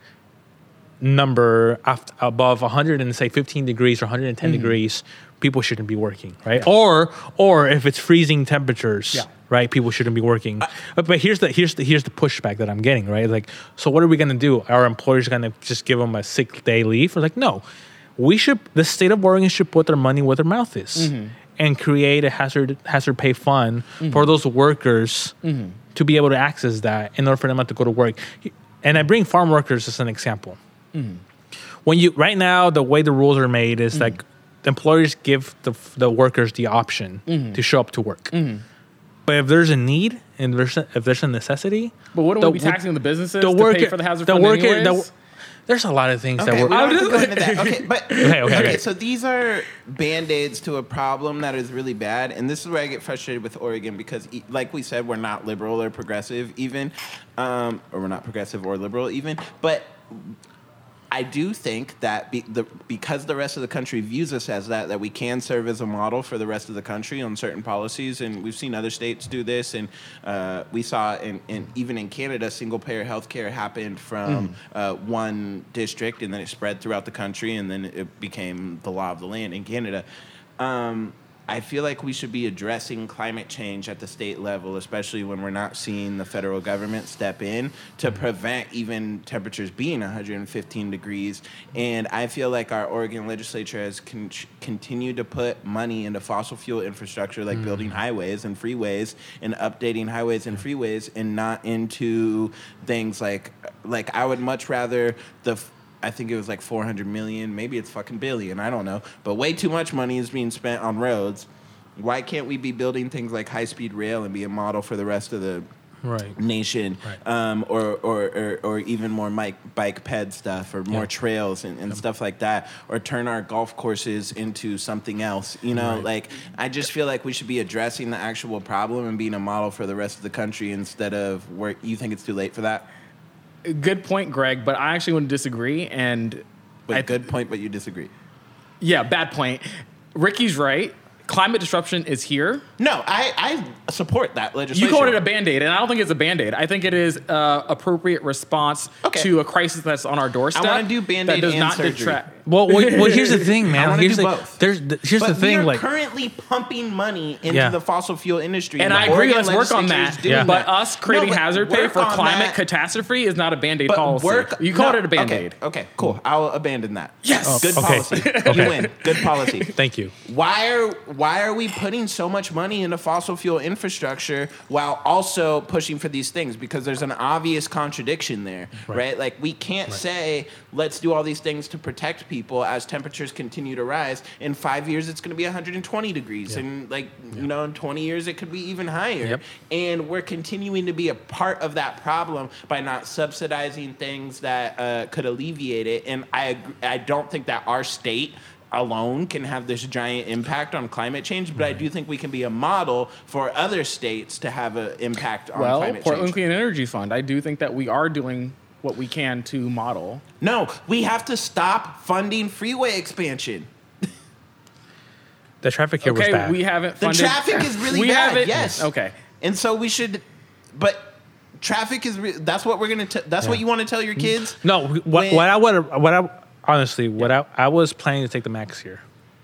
number after, above 100 and say 15 degrees or 110 degrees people shouldn't be working, right? Or or if it's freezing temperatures, Yeah. right? People shouldn't be working. Uh, but, but here's the here's the here's the pushback that I'm getting, right? Like, so what are we gonna do? Our employers gonna just give them a sick day leave? We're like, no, we should. The state of Oregon should put their money where their mouth is. And create a hazard hazard pay fund for those workers to be able to access that in order for them not to go to work. And I bring farm workers as an example when you right now the way the rules are made Mm-hmm. is like the employers give the, the workers the option Mm-hmm. to show up to work but if there's a need and there's a, if there's a necessity But wouldn't the, we be taxing the businesses the to worker pay for the hazard the fund worker the anyways? wo- there's a lot of things Okay, that we we're don't have to go into that. Okay, but okay, okay, okay. so these are band-aids to a problem that is really bad, and this is where I get frustrated with Oregon because, e- like we said, we're not liberal or progressive, even, um, or we're not progressive or liberal, even. But I do think that be, the, because the rest of the country views us as that, that we can serve as a model for the rest of the country on certain policies, and we've seen other states do this, and uh, we saw, in, in, even in Canada, single-payer health care happened from uh, one district, and then it spread throughout the country, and then it became the law of the land in Canada. Um, I feel like we should be addressing climate change at the state level, especially when we're not seeing the federal government step in to prevent even temperatures being 115 degrees. And I feel like our Oregon legislature has con- continued to put money into fossil fuel infrastructure, like building highways and freeways and updating highways and freeways, and not into things like like I would much rather the f- I think it was like 400 million, maybe it's fucking billion, I don't know. But way too much money is being spent on roads. Why can't we be building things like high speed rail and be a model for the rest of the Right. nation Right. um, or, or, or, or even more mic, bike ped stuff or more Yeah. trails and, and stuff like that or turn our golf courses into something else? You know, like I just feel like we should be addressing the actual problem and being a model for the rest of the country instead of where you think it's too late for that? Good point, Greg. But I actually want to disagree. And But I- good point, but you disagree. yeah, bad point. Ricky's right. Climate disruption is here. No, I, I support that legislation. You called it a band aid, and I don't think it's a band aid. I think it is uh, appropriate response Okay. to a crisis that's on our doorstep. wanna do Band-Aid that does and not surgery. detract. well, well, well here's the thing I man wanna here's do the, both. there's the, here's but the thing we are like currently pumping money into Yeah. the fossil fuel industry, And the I agree. Oregon Let's work on legislature is that. doing Yeah. But that. us creating No, but hazard pay work for on climate that. catastrophe is not a band aid But policy. work. you called no, it a band aid. Okay, okay, cool. I'll abandon that. Yes. Oh, good okay. policy. Okay. You win. Good policy. thank you Why are why are we putting so much money into fossil fuel infrastructure while also pushing for these things? Because there's an obvious contradiction there, right? Right. Like we can't say let's do all these things to protect people as temperatures continue to rise. In five years, it's going to be 120 degrees, and like you know, in 20 years, it could be even higher. Yep. And we're continuing to be a part of that problem by not subsidizing things that uh, could alleviate it. And I ag- I don't think that our state alone can have this giant impact on climate change, but I do think we can be a model for other states to have an impact on Well, climate Portland change. Clean Energy Fund. I do think that we are doing what we can to model. no, we have to stop funding freeway expansion. the traffic here was Okay, bad we haven't The funded. traffic is really we bad. haven't- Yes. Okay. And so we should, but traffic is. Re- that's what we're gonna. T- that's what Yeah. Mm-hmm. you want to tell your kids. no wh- what, when- what i would what i honestly what I, I was planning to take the max here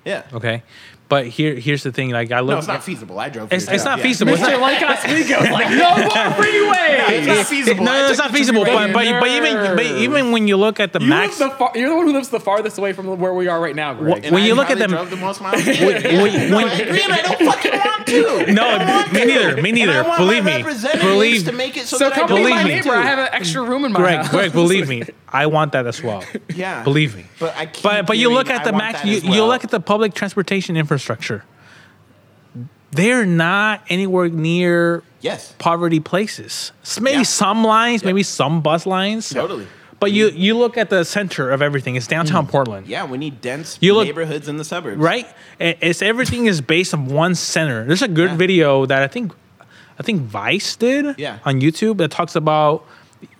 Yeah. okay but here here's the thing like i look No, it's not feasible. I drove. it's, here, it's yeah. not Yeah. feasible It's not- Mr. Lycos Migos, like, no more freeways. It's not feasible. No, I no, it's took not feasible. But, but, but even Nerve. but even when you look at the You max, live the far, you're the one who lives the farthest away from where we are right now, Greg. What- And when I you look at probably them- drove the most miles. Yeah. when- No, when- I agree, and I don't fucking want to. No, I don't want me to. neither, me neither. And I want Believe my me. representatives Believe- to make it so, so that I come don't be my want Believe me. neighbor. I to. have an extra room in my Greg, house. Greg, believe me, I want that as well. Yeah. believe me. But I keep But but you look hearing at I the want max. that You, as you well. look at the public transportation infrastructure. They're not anywhere near Yes. poverty places. S- Maybe Yeah. some lines, maybe some bus lines. Totally. Mm. But you you look at the center of everything. It's downtown Portland. Yeah, we need dense You look- neighborhoods in the suburbs. right? I- It's everything is based on one center. There's a good video that I think, I think Vice did Yeah. on YouTube that talks about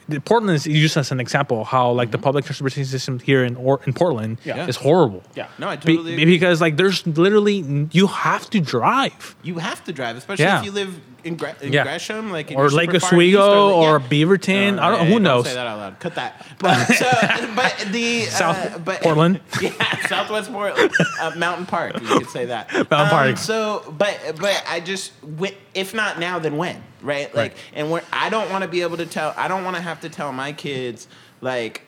the- Portland is used as an example how like Mm-hmm. the public transportation system here in or, in Portland Yeah. is horrible. Yeah. No, I Be- totally. agree. because like there's literally you have to drive. you have to drive, especially Yeah. if you live in, Gre- in Yeah. Gresham, like in or your Lake super far east, Oswego or yeah. Beaverton. I don't. Uh, Hey, Who knows? Say that out loud. Cut that. But, so, but the uh, South but, Portland. yeah, Southwest Portland, uh, Mountain Park. You could say that. Mountain Park. So, but but I just wh- if not now, then when? Right? Like, Right. and we're, I don't want to be able to tell. I don't want to have to tell my kids like.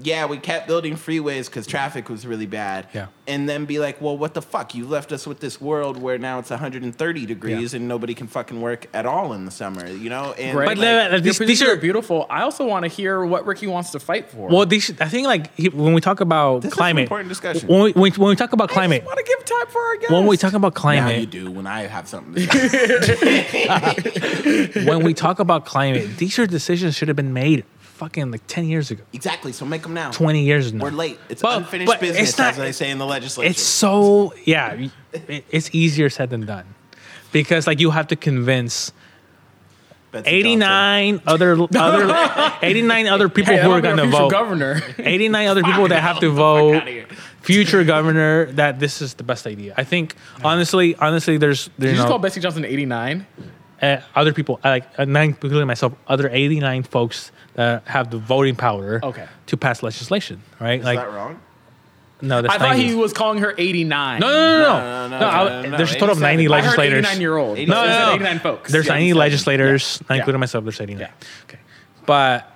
Yeah, we kept building freeways because traffic was really bad. Yeah. And then be like, well, what the fuck? You left us with this world where now it's 130 degrees and nobody can fucking work at all in the summer, you know? And Right? But no, no, your these- these positions are- are beautiful. I also want to hear what Ricky wants to fight for. Well, they should, I think like he, when we talk about This is an climate, important discussion. When we, when, we- when we talk about climate, want to give time for our guest. when we talk about Now you climate, do when I have something to say. when we talk about climate, these are decisions should have been made fucking like ten years ago, exactly. So make them now. twenty years ago. We're late. It's But- unfinished but it's business, not- as they say in the legislature. It's so yeah, y- it- it's easier said than done because like you have to convince Betsy eighty nine other other eighty nine other people hey, who are going to gonna vote. governor. 89 other people that have to vote outta here. future governor that this is the best idea i think honestly honestly there's Did there's you just no, call Bessie Johnson 89? uh, other people uh, like uh, nine including myself other 89 folks that have the voting power Okay. to pass legislation right Johnson. like Is that wrong? no that's I thought 90s. he was calling her 89. no no no No, no, no no, no, no, I- no, no, there's a total 87. of 90 I I heard legislators 89 year old. No, I no, said no. 89 folks. There's Yeah, 90 87. legislators, not Yeah. including myself. There's 89. Yeah. Okay. But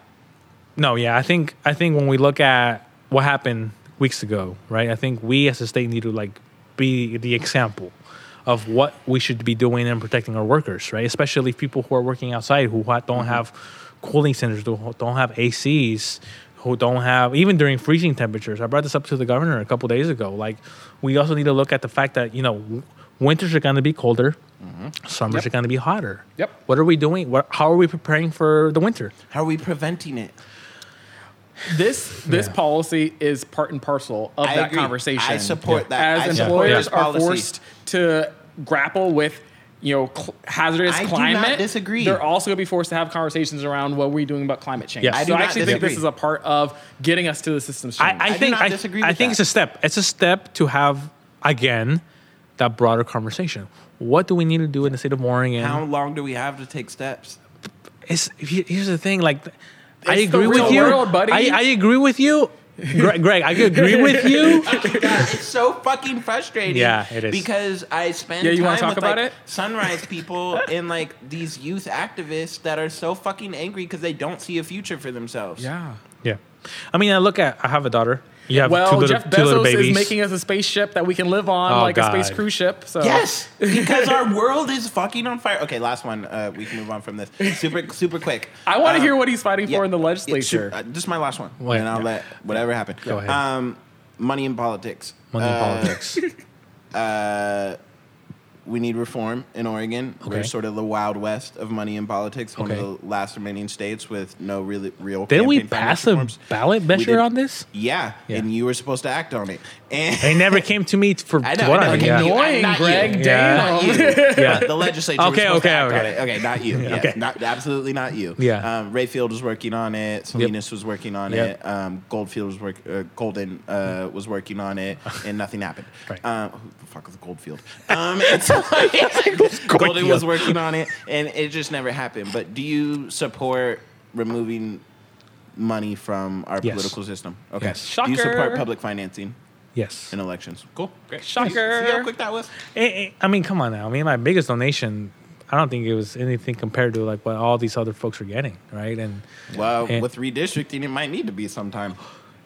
no, yeah, I think I think when we look at what happened weeks ago, right? I think we as a state need to like be the example of what we should be doing and protecting our workers, right? Especially people who are working outside who ha- Mm-hmm. don't have cooling centers, don't don't have ACs, who don't have even during freezing temperatures. I brought this up to the governor a couple days ago. Like we also need to look at the fact that, you know, w- winters are going to be colder. Summers Mm-hmm. Yep. are going to be hotter. Yep. What are we doing? What, how are we preparing for the winter? How are we preventing it? This this policy is part and parcel of I that agree. conversation. I support that. I As support employers this are policy. forced to grapple with you know cl- hazardous I do not climate. disagree. They're also going to be forced to have conversations around what we're doing about climate change. Yes. I so do I not actually think disagree. this is a part of getting us to the systems change. I, I do think not I, disagree I with think that. it's a step. It's a step to have again that broader conversation. What do we need to do in the state of Oregon? How long do we have to take steps? It's, here- here's the thing. Like, I It's the agree with real you. world, buddy. I, I agree with you, Greg. Greg I agree with you. God, it's so fucking frustrating. Yeah, it is. Because I spend Yeah, you time wanna talk with about like, it? sunrise people and like these youth activists that are so fucking angry because they don't see a future for themselves. yeah. Yeah. I mean, I look at. I have a daughter. You have two Well, little, Jeff two little Bezos babies. is making us a spaceship that we can live on, Oh, like God. a space cruise ship. So Yes, because our world is fucking on fire. Okay, last one. Uh, we can move on from this. Super, super quick. I want to Um, hear what he's fighting yeah, for in the yeah, legislature. super- uh, just my last one, Wait, and I'll yeah. let whatever happen. Go ahead. Um, money in politics. Money in Uh, politics. We need reform in Oregon. We're Okay. sort of the wild west of money in politics. One Okay. of the last remaining states with no really real. Didn't we campaign finance pass a reforms. ballot We measure did. on this? Yeah, Yeah. and you were supposed to act on it. And It never came to me for I know. what I never I- came yeah. to you. Annoying, Not you. Greg. Yeah. Damn. Yeah. the legislature. Okay, was supposed okay, to act okay. on it. okay, not you. Yeah, Okay. not, absolutely not you. Yeah. um, Rayfield was working on it. Salinas was working on Yep. it. Um, Goldfield was work. Uh, Golden uh, was working on it, and nothing happened. Right. Um, who the fuck was Goldfield? Um, and so, Golden was working on it, and it just never happened. But do you support removing? Money from our Yes. political system. Okay. Yes. Do you support Shocker. public financing Yes. in elections? Cool. Great. Shocker. See how quick that was? Eh, eh, I mean, come on now. I mean, my biggest donation. I don't think it was anything compared to like what all these other folks are getting, right? And Well, And- with redistricting, it might need to be sometime.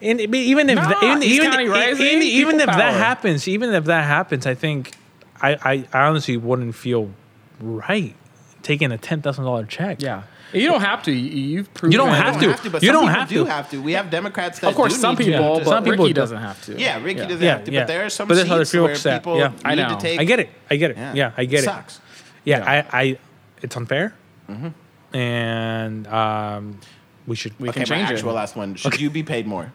and it be- even if Nah, that, even East even, County e- Rising, even, people even if that power. happens, even if that happens, I think I, I, I honestly wouldn't feel right taking a ten thousand dollar check. Yeah. You don't have to. You- You've proven don't have Don't to. have to, but You some don't people have do to. have to. We have Democrats that Of course, do some need people, to. Yeah. but Some people Ricky do. doesn't have to. Yeah, Ricky doesn't Yeah, have to, yeah. but there are some But there's seats other where folks that- people yeah. need I to know. take. I get it. I get it. Yeah, I get it. Sucks. Yeah, Yeah. I, I it's unfair, Mm-hmm. and um, we should We Okay, can change my actual it. last one. Should you be paid more?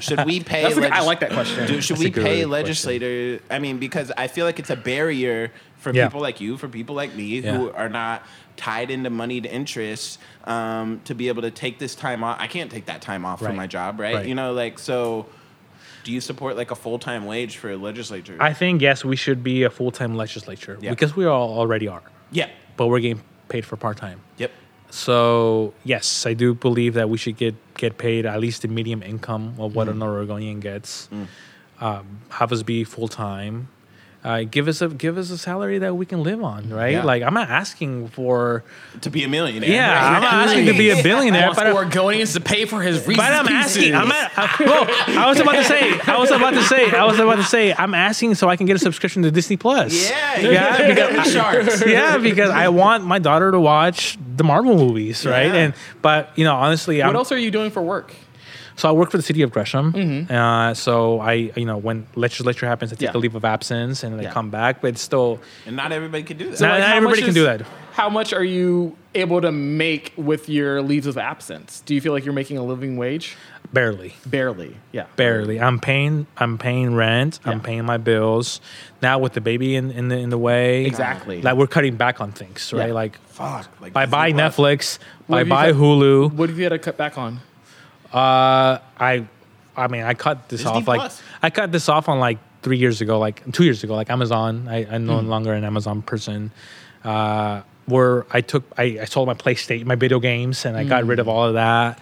Should we pay? That's a good- I legis- like that question. Do, should That's a we good pay question. legislators? I mean, because I feel like it's a barrier for Yeah. people like you, for people like me, Yeah. who are not tied into moneyed interests, um, to be able to take this time off. I can't take that time off Right. from my job, right? Right. You know, like so. Do you support like a full time wage for a legislature? I think yes, we should be a full time legislature Yeah. because we all already are. yeah. but we're getting paid for part time. Yep. So yes, I do believe that we should get get paid at least the medium income of what an Oregonian gets. Um, have us be full time. Uh, give us a give us a salary that we can live on, right? Yeah. Like I'm not asking for To be a millionaire. yeah, I'm not asking to be a billionaire, wants but I'm, Oregonians to pay for his Reese's but I'm Pieces. asking. I'm at, I, well, I was about to say. I was about to say. I was about to say. I'm asking so I can get a subscription to Disney Plus. Yeah. Yeah, You got the sharks. yeah, because I want my daughter to watch the Marvel movies, right? Yeah. And but you know, honestly, What I'm, else are you doing for work? so I work for the city of Gresham. Uh, so I, you know, when legislature happens, I take Mm-hmm. Yeah. a leave of absence and I Yeah. come back, but it's still And not everybody could do that. Not- Like, not how everybody much can is- do that. How much are you able to make with your leaves of absence? Do you feel like you're making a living wage? barely, Barely. Yeah. barely. I'm paying, I'm paying rent, I'm Yeah. paying my bills. Now with the baby in, in the in the way, Exactly. Like we're cutting back on things, right? Yeah. Like Fuck. Like bye Disney bye Plus. Netflix, What bye have you bye got- Hulu. What have you had to cut back on? Uh, I, I mean, I cut this Disney off like Plus. I cut this off on like three years ago, like two years ago, like Amazon. I, I'm no longer an Amazon person. Uh, where I took I, I sold my PlayStation, my video games, and I got rid of all of that.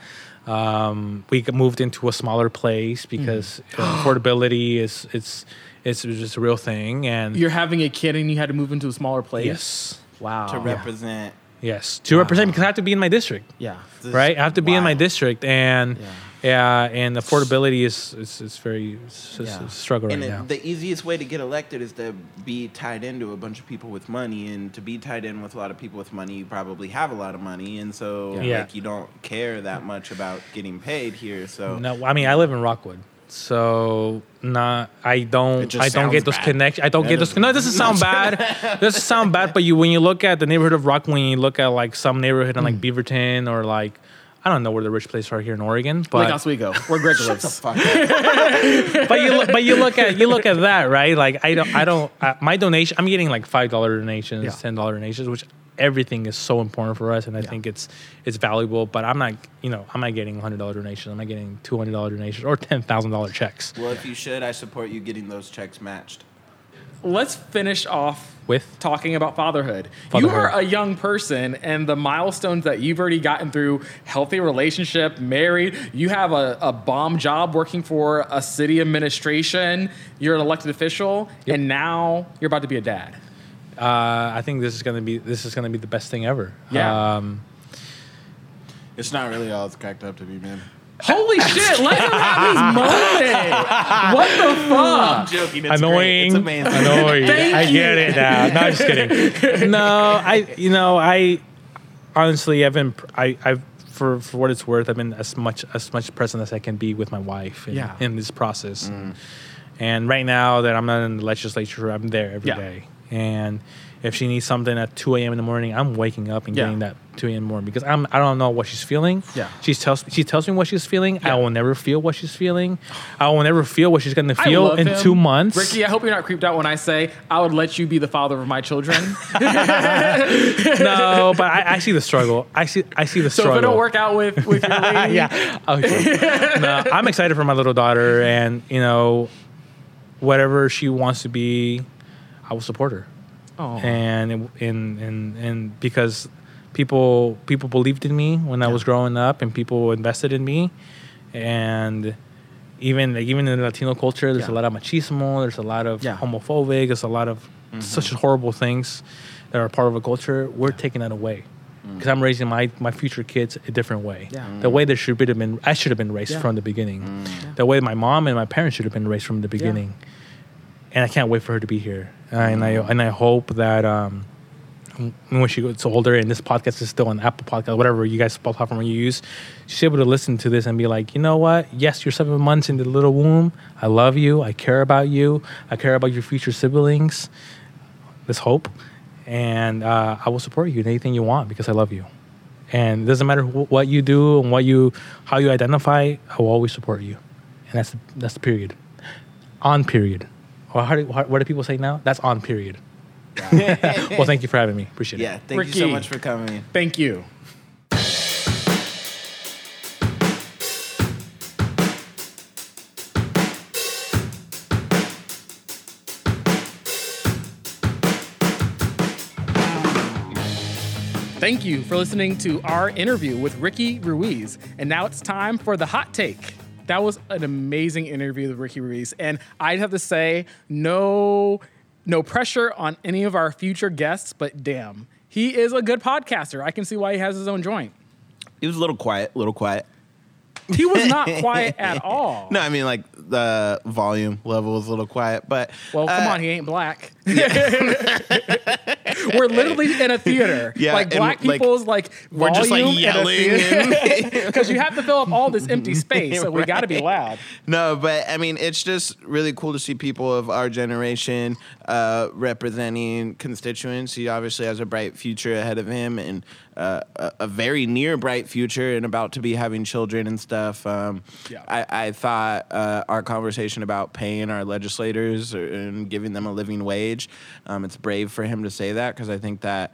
Um, we g- moved into a smaller place because you know, affordability is it's it's just a real thing. And You're having a kid and you had to move into a smaller place. yes, Wow. Um, To represent. yes, to represent because I have to be in my district yeah. this- right? I have to be in my Wow. district, and yeah, and affordability is is, is very it's, it's Yeah. a struggle right and now. it- the easiest way to get elected is to be tied into a bunch of people with money and to be tied in with a lot of people with money you probably have a lot of money and so Yeah. like you don't care that much about getting paid here so no, I mean I live in Rockwood, so not I don't just I don't get sounds those bad. connections. I don't That get those. doesn't- No, it doesn't sound bad. doesn't sound bad, but you when you look at the neighborhood of Rockwood, when you look at like some neighborhood in Hmm. like Beaverton or like. I don't know where the rich places are here in Oregon, but Like Oswego, where Greg lives. fuck that. but you look, but you look at you look at that right like i don't i don't uh, my donation i'm getting like five dollar donations Yeah. ten dollar donations which everything is so important for us and i think it's it's valuable but i'm not you know i'm not getting hundred dollar donations i'm not getting two hundred dollar donations or ten thousand dollar checks well if you should i support you getting those checks matched Let's finish off with talking about fatherhood. You Fatherhood. are a young person, and the milestones that you've already gotten through healthy relationship, married, you have a, a bomb job working for a city administration, you're an elected official, and now you're about to be a dad. uh, i think this is gonna be this is gonna be the best thing ever Yeah. um, it's not really all it's cracked up to be man Holy shit, let him have his moment. What the fuck? i'm joking it's great. Uh, annoying. it's amazing Annoying. Thank I get it now. No, I'm just kidding. No, I you know, I honestly I've been I, I've for, for what it's worth, I've been as much as much present as I can be with my wife in, Yeah. in this process. And right now that I'm not in the legislature, I'm there every Yeah. day. And if she needs something at 2 a.m. in the morning, I'm waking up and Yeah. getting that 2 a.m. morning because I'm I don't know what she's feeling. Yeah. she tells she tells me what she's feeling. I will never feel what she's feeling. I will never feel what she's gonna I feel love in him. two months. Ricky, I hope you're not creeped out when I say I would let you be the father of my children. no, but I, I see the struggle. I see I see the so struggle. if it don't work out with, with your lady, yeah. Okay. no, I'm excited for my little daughter, and you know, whatever she wants to be, I will support her. Aw. And it- and and and because people people believed in me when I was growing up, and people invested in me, and. Even like, even in Latino culture, there's a Yeah. lot of machismo. There's a lot of Yeah. Mm-hmm. homophobic. There's a lot of such horrible things that are part of a culture. We're taking that away because I'm raising my, my future kids a different way. Mm. Yeah. The way that should have been I should have been raised Yeah. from the beginning. The way my mom and my parents should have been raised from the beginning. And I can't wait for her to be here. Uh, and I and I hope that um, when she gets older and this podcast is still on Apple Podcast, whatever you guys platform you use, she's able to listen to this and be like, you know what? Yes, you're seven months in the little womb. I love you. I care about you. I care about your future siblings. Let's hope. And uh, I will support you in anything you want because I love you. And it doesn't matter wh- what you do and what you, how you identify. I will always support you. And that's that's the period. On period. Or how do, how, what do people say now? That's on period. well, thank you for having me. Appreciate it. yeah thank you so Ricky. much for coming thank you. Thank you for listening to our interview with Ricky Ruiz. And now it's time for the hot take. That was an amazing interview with Ricky Ruiz. And I'd have to say, no, no pressure on any of our future guests, but damn, he is a good podcaster. I can see why he has his own joint. It was a little quiet, a little quiet. He was not quiet at all. No, I mean like the volume level was a little quiet, but Well, come uh, on, he ain't black. We're literally in a theater. Yeah, like and, black like, people's like We're just like yelling. and- because you have to fill up all this empty space, so we got to be loud. No, but I mean, it's just really cool to see people of our generation uh, representing constituents. He obviously has a bright future ahead of him and uh, a, a very near bright future and about to be having children and stuff. Um, Yeah. I, I thought uh, our conversation about paying our legislators or- and giving them a living wage, um, it's brave for him to say that because I think that.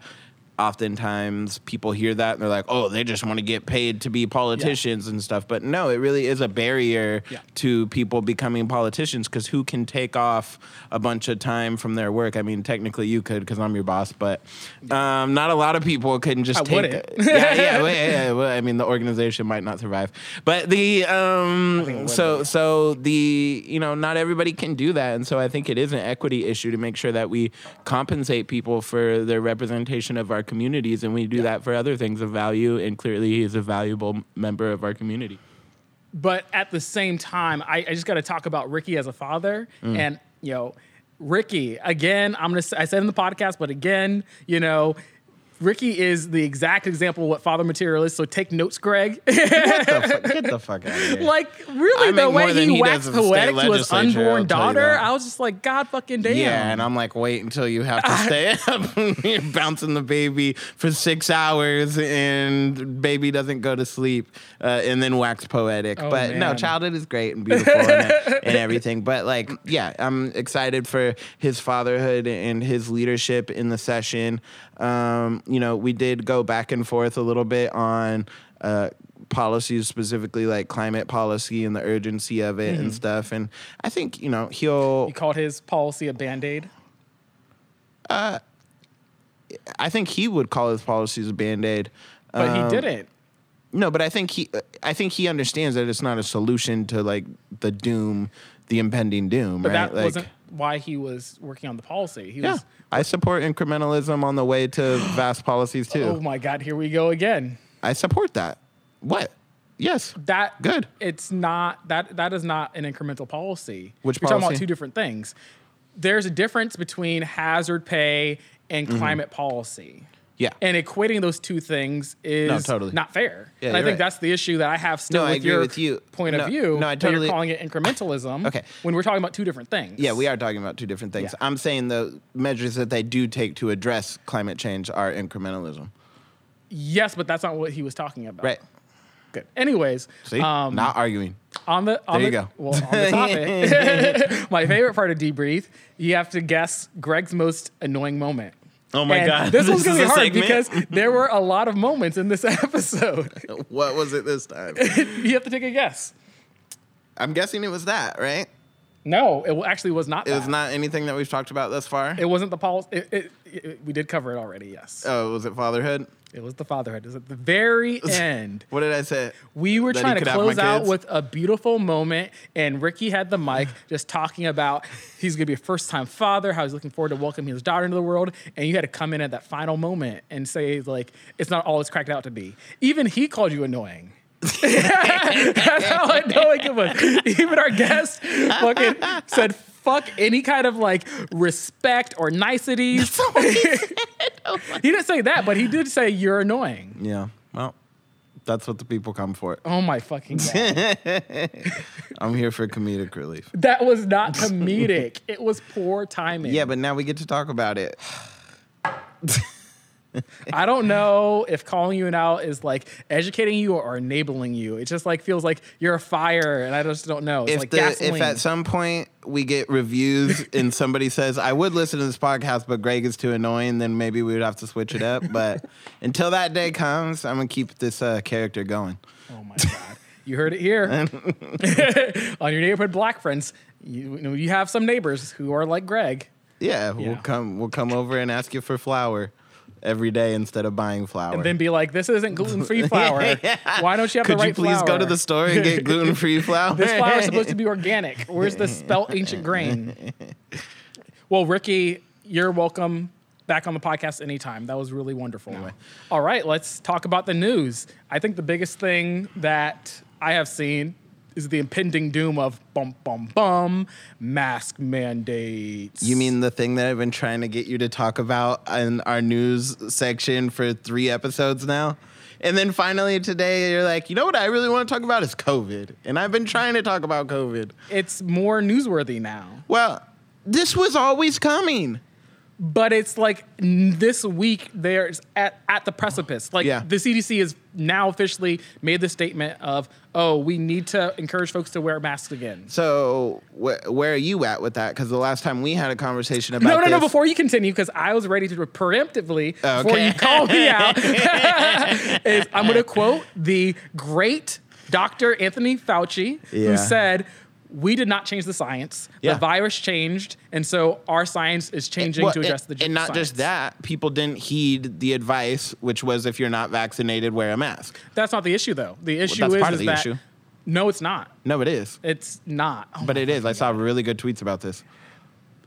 Oftentimes, people hear that and they're like, "Oh, they just want to get paid to be politicians and stuff." But no, it really is a barrier Yeah. to people becoming politicians because who can take off a bunch of time from their work? I mean, technically you could because I'm your boss, but um, not a lot of people can just I take. wouldn't. yeah, yeah, well, yeah, yeah, well, I mean, the organization might not survive, but the um, so so the you know not everybody can do that, and so I think it is an equity issue to make sure that we compensate people for their representation of our communities, and we do that for other things of value. And clearly, he is a valuable member of our community. But at the same time, I, I just got to talk about Ricky as a father, Mm. and you know, Ricky again. I'm gonna. s- I said in the podcast, but again, you know. Ricky is the exact example of what father material is, so take notes, Greg. Get the fuck- get the fuck out of here. like, really, I the make more way than he he waxed does of the state poetic to his legislature, I'll tell unborn you daughter, that. I was just like, God fucking damn. Yeah, and I'm like, wait until you have to stay up, You're bouncing the baby for six hours, and baby doesn't go to sleep, uh, and then wax poetic. Oh, but no, man. childhood is great and beautiful and, and everything. But like, yeah, I'm excited for his fatherhood and his leadership in the session. Um, you know, we did go back and forth a little bit on. Uh, policies specifically like climate policy and the urgency of it Mm-hmm. and stuff and i think you know he'll He called his policy a band aid. I think he would call his policies a band aid. But Um, he didn't. No, but I think he, I think he understands that it's not a solution to like the doom, the impending doom. But right? that like, wasn't why he was working on the policy. He Yeah, was I support incrementalism on the way to vast policies too. Oh my god, here we go again. I support that. What? Yes. That Good. It's not that that is not an incremental policy. Which You're talking about policy? two different things. There's a difference between hazard pay and Mm-hmm. climate policy. Yeah. And equating those two things is totally. not fair. Yeah, and I you're think right. that's the issue that I have still No, I with agree your with you. point No, of view. no, I that totally- you're calling it incrementalism. Okay. When we're talking about two different things. Yeah, we are talking about two different things. Yeah. I'm saying the measures that they do take to address climate change are incrementalism. Yes, but that's not what he was talking about. Right. Good. Anyways, See, Um, not arguing. on the on There you the, go. Well, on the topic, my favorite part of debrief, you have to guess Greg's most annoying moment. Oh my And God, this, was this gonna be is a hard segment? because there were a lot of moments in this episode. What was it this time? you have to take a guess. I'm guessing it was that, right? No, it actually was not. It was that. not anything that we've talked about thus far. It wasn't the Paul. It, it, it- we did cover it already. Yes, Oh, was it fatherhood? it was the fatherhood. It was at the very end. What did I say? We were That he trying to could have my close out kids? with a beautiful moment, and Ricky had the mic just talking about he's gonna be a first time father, how he's looking forward to welcoming his daughter into the world. And you had to come in at that final moment and say, like, it's not all it's cracked out to be. Even he called you annoying. That's how annoying it was. Even our guest fucking said, fuck any kind of like respect or niceties. Oh he didn't say that, but he did say, you're annoying. Yeah. Well, that's what the people come for. Oh my fucking God. I'm here for comedic relief. That was not comedic. it was poor timing. Yeah, but now we get to talk about it. I don't know if calling you out is like educating you or enabling you. It just like feels like you're a fire, and I just don't know. It's If like the gasoline. if at some point we get reviews and somebody says I would listen to this podcast, but Greg is too annoying, then maybe we would have to switch it up. But until that day comes, I'm gonna keep this uh, character going. oh my god, you heard it here on your neighborhood black friends. You, you know you have some neighbors who are like Greg. Yeah, we'll Yeah. come. We'll come over and ask you for flour. every day instead of buying flour. and then be like, "This isn't gluten-free flour. Why don't you have Could the right you please flour? go to the store and get gluten free flour? This flour is supposed to be organic. Where's the spelt ancient grain? Well, Ricky, you're welcome back on the podcast anytime. That was really wonderful. All right, let's talk about the news. I think the biggest thing that I have seen is the impending doom of bum bum bum mask mandates. You mean the thing that I've been trying to get you to talk about in our news section for three episodes now? And then finally today, you're like, you know what I really want to talk about is COVID. And I've been trying to talk about COVID. it's more newsworthy now? Well, this was always coming. but it's like n- this week there's at, at the precipice like Yeah. the cdc has now officially made the statement of oh we need to encourage folks to wear masks again So wh- where are you at with that? Because the last time we had a conversation about no no no this- before you continue because i was ready to preemptively before Okay. you call me out is i'm going to quote the great dr anthony fauci Yeah. who said we did not change the science. Yeah. The virus changed, and so our science is changing Well, to address and, the and not science. just that, people didn't heed the advice, which was if you're not vaccinated, wear a mask. That's not the issue, though. The issue that's is, part of is the that issue. no, it's not. No, it is. It's not. Oh, But it is. I saw really good tweets about this.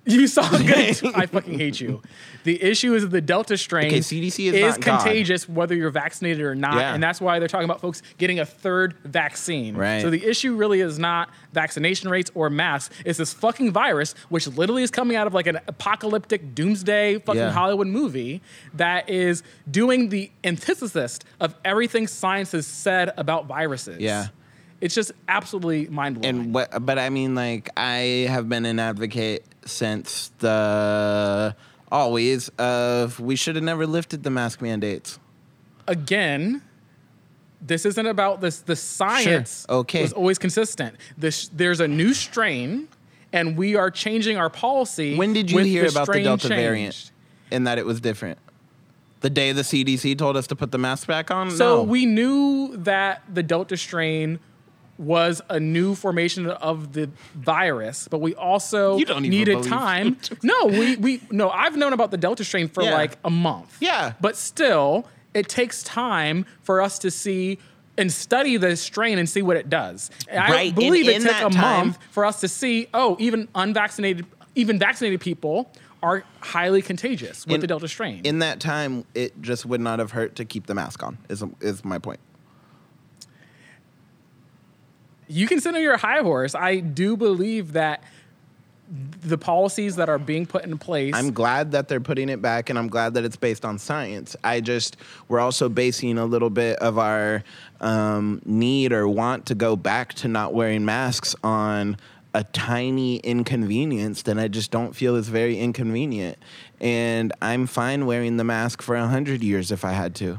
you saw good. I fucking hate you. The issue is that the Delta strain Okay, CDC is not God. contagious whether you're vaccinated or not, Yeah. and that's why they're talking about folks getting a third vaccine. Right. So the issue really is not vaccination rates or masks. It's this fucking virus, which literally is coming out of like an apocalyptic doomsday fucking Yeah. Hollywood movie that is doing the antithesis of everything science has said about viruses. Yeah. It's just absolutely mind blowing. And what, but I mean, like, I have been an advocate since the always of we should have never lifted the mask mandates. again, this isn't about this. The science Okay. was always consistent. This, there's a new strain, and we are changing our policy. When did you with hear about the strain Delta changed. variant and that it was different? The day the CDC told us to put the mask back on? So No. we knew that the Delta strain was a new formation of the virus, but we also You don't even needed believe- time. no, we, we no, I've known about the Delta strain for Yeah. like a month. Yeah. But still, it takes time for us to see and study the strain and see what it does. And Right, I and believe in it took that a time- month for us to see, oh, even unvaccinated even vaccinated people are highly contagious with In- the Delta strain. in that time, it just would not have hurt to keep the mask on. Is is my point? you can sit on your high horse. I do believe that the policies that are being put in place. I'm glad that they're putting it back, and I'm glad that it's based on science. I just we're also basing a little bit of our um, need or want to go back to not wearing masks on a tiny inconvenience that I just don't feel is very inconvenient, and I'm fine wearing the mask for a hundred years if I had to.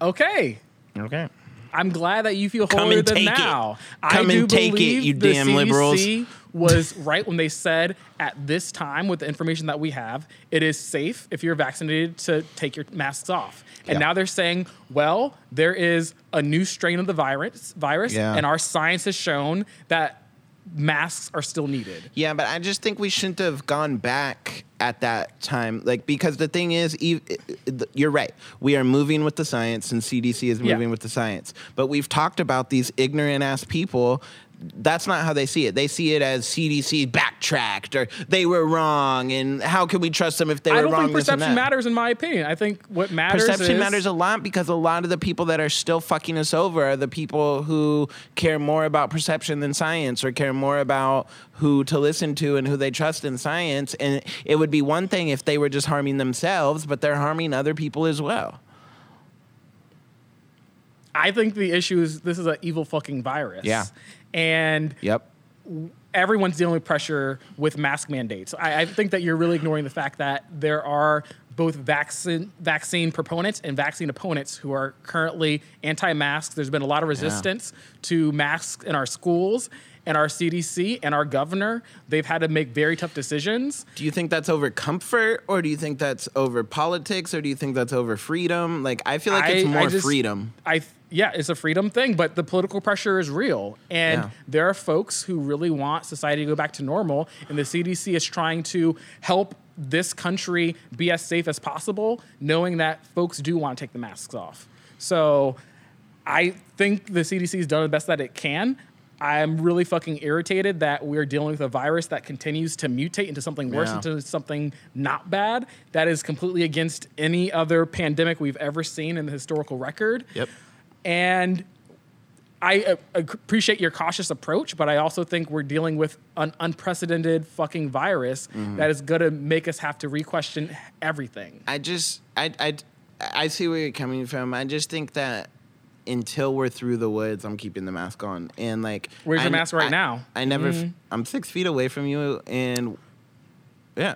okay. Okay. I'm glad that you feel Come holier and than take it. now. Come I do and take it, believe you the damn CDC liberals. was right when they said at this time, with the information that we have, it is safe if you're vaccinated to take your masks off. And Yeah. now they're saying, well, there is a new strain of the virus, virus, Yeah. and our science has shown that masks are still needed. Yeah, but I just think we shouldn't have gone back at that time. Like, because the thing is, ev- you're right. We are moving with the science, and CDC is Yeah. moving with the science. But we've talked about these ignorant ass people. That's not how they see it. They see it as CDC backtracked or they were wrong, and how can we trust them if they I were don't wrong? think this and perception that. matters, in my opinion. I think what matters Perception is, matters a lot because a lot of the people that are still fucking us over are the people who care more about perception than science or care more about who to listen to and who they trust in science. And it would be one thing if they were just harming themselves, but they're harming other people as well. I think the issue is this is an evil fucking virus. Yeah. And Yep. everyone's dealing with pressure with mask mandates. I, I think that you're really ignoring the fact that there are both vaccine vaccine proponents and vaccine opponents who are currently anti-masks. There's been a lot of resistance to masks in our schools and our CDC and our governor. They've had to make very tough decisions. Do you think that's over comfort or do you think that's over politics or do you think that's over freedom? Like, I feel like it's more just- freedom. I th- yeah, it's a freedom thing, but the political pressure is real, and Yeah. there are folks who really want society to go back to normal, and the CDC is trying to help this country be as safe as possible, knowing that folks do want to take the masks off. So I think the CDC has done the best that it can. I'm really fucking irritated that we're dealing with a virus that continues to mutate into something worse, Yeah. into something not bad, that is completely against any other pandemic we've ever seen in the historical record. Yep. And I uh, ag- appreciate your cautious approach, but I also think we're dealing with an unprecedented fucking virus Mm-hmm. that is going to make us have to re-question everything. I just I I I see where you're coming from. I just think that until we're through the woods, I'm keeping the mask on. And like, Where's your I- mask right I- now? Mm-hmm. I never. f- I'm six feet away from you, and yeah.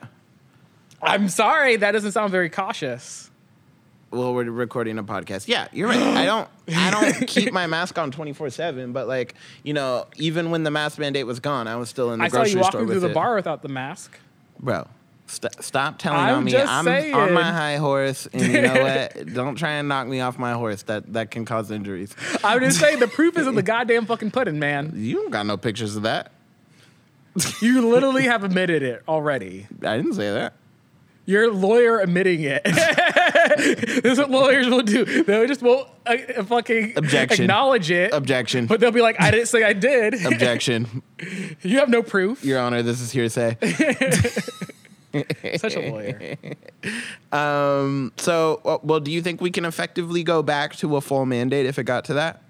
I'm sorry, that doesn't sound very cautious. Well, we're recording a podcast. Yeah, you're right. I don't. I don't keep my mask on 24 seven. But like, you know, even when the mask mandate was gone, I was still in the I saw grocery you store walking through with the it. bar without the mask. bro. St- stop telling I'm on me. just I'm saying. on my high horse, and you know what? Don't try and knock me off my horse. That that can cause injuries. I'm just saying the proof is in the goddamn fucking pudding, man. You don't got no pictures of that. You literally have admitted it already. I didn't say that. Your lawyer admitting it. this is what lawyers will do. They just won't uh, uh, fucking Objection. acknowledge it. Objection. But they'll be like, I didn't say I did. Objection, you have no proof. Your Honor. This is hearsay. Such a lawyer. Um. So, well- well, do you think we can effectively go back to a full mandate if it got to that?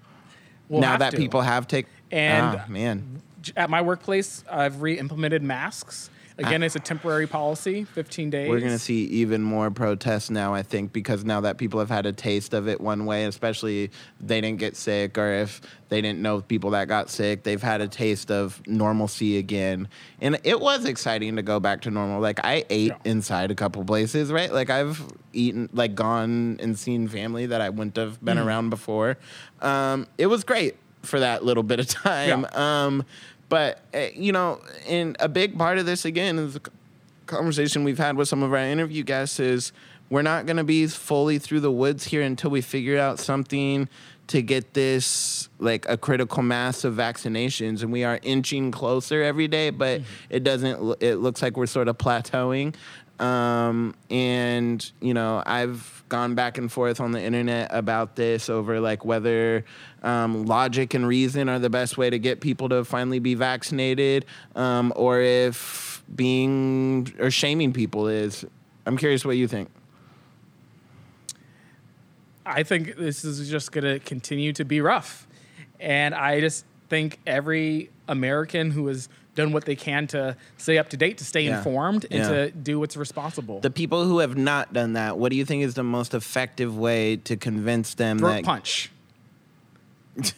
We'll now have that to. people have taken. And- man, J- at my workplace, I've re-implemented masks. Again, it's a temporary policy, 15 days. Ah. We're gonna see even more protests now, I think, because now that people have had a taste of it one way, especially if they didn't get sick or if they didn't know people that got sick, they've had a taste of normalcy again. And it was exciting to go back to normal. Like I ate Yeah. inside a couple places, right? Like I've eaten, like gone and seen family that I wouldn't have been around before. Um, it was great for that little bit of time. Um, but eh, you know, and a big part of this again is conversation we've had with some of our interview guests is we're not going to be fully through the woods here until we figure out something to get this like a critical mass of vaccinations and we are inching closer every day but it doesn't lo- it looks like we're sort of plateauing um, and you know i've gone back and forth on the internet about this over like whether um, logic and reason are the best way to get people to finally be vaccinated um, or if being or shaming people is i'm curious what you think I think this is just going to continue to be rough. And I just think every American who has done what they can to stay up to date, to stay Yeah. informed, and Yeah. to do what's responsible. the people who have not done that what do you think is the most effective way to convince them throat that punch.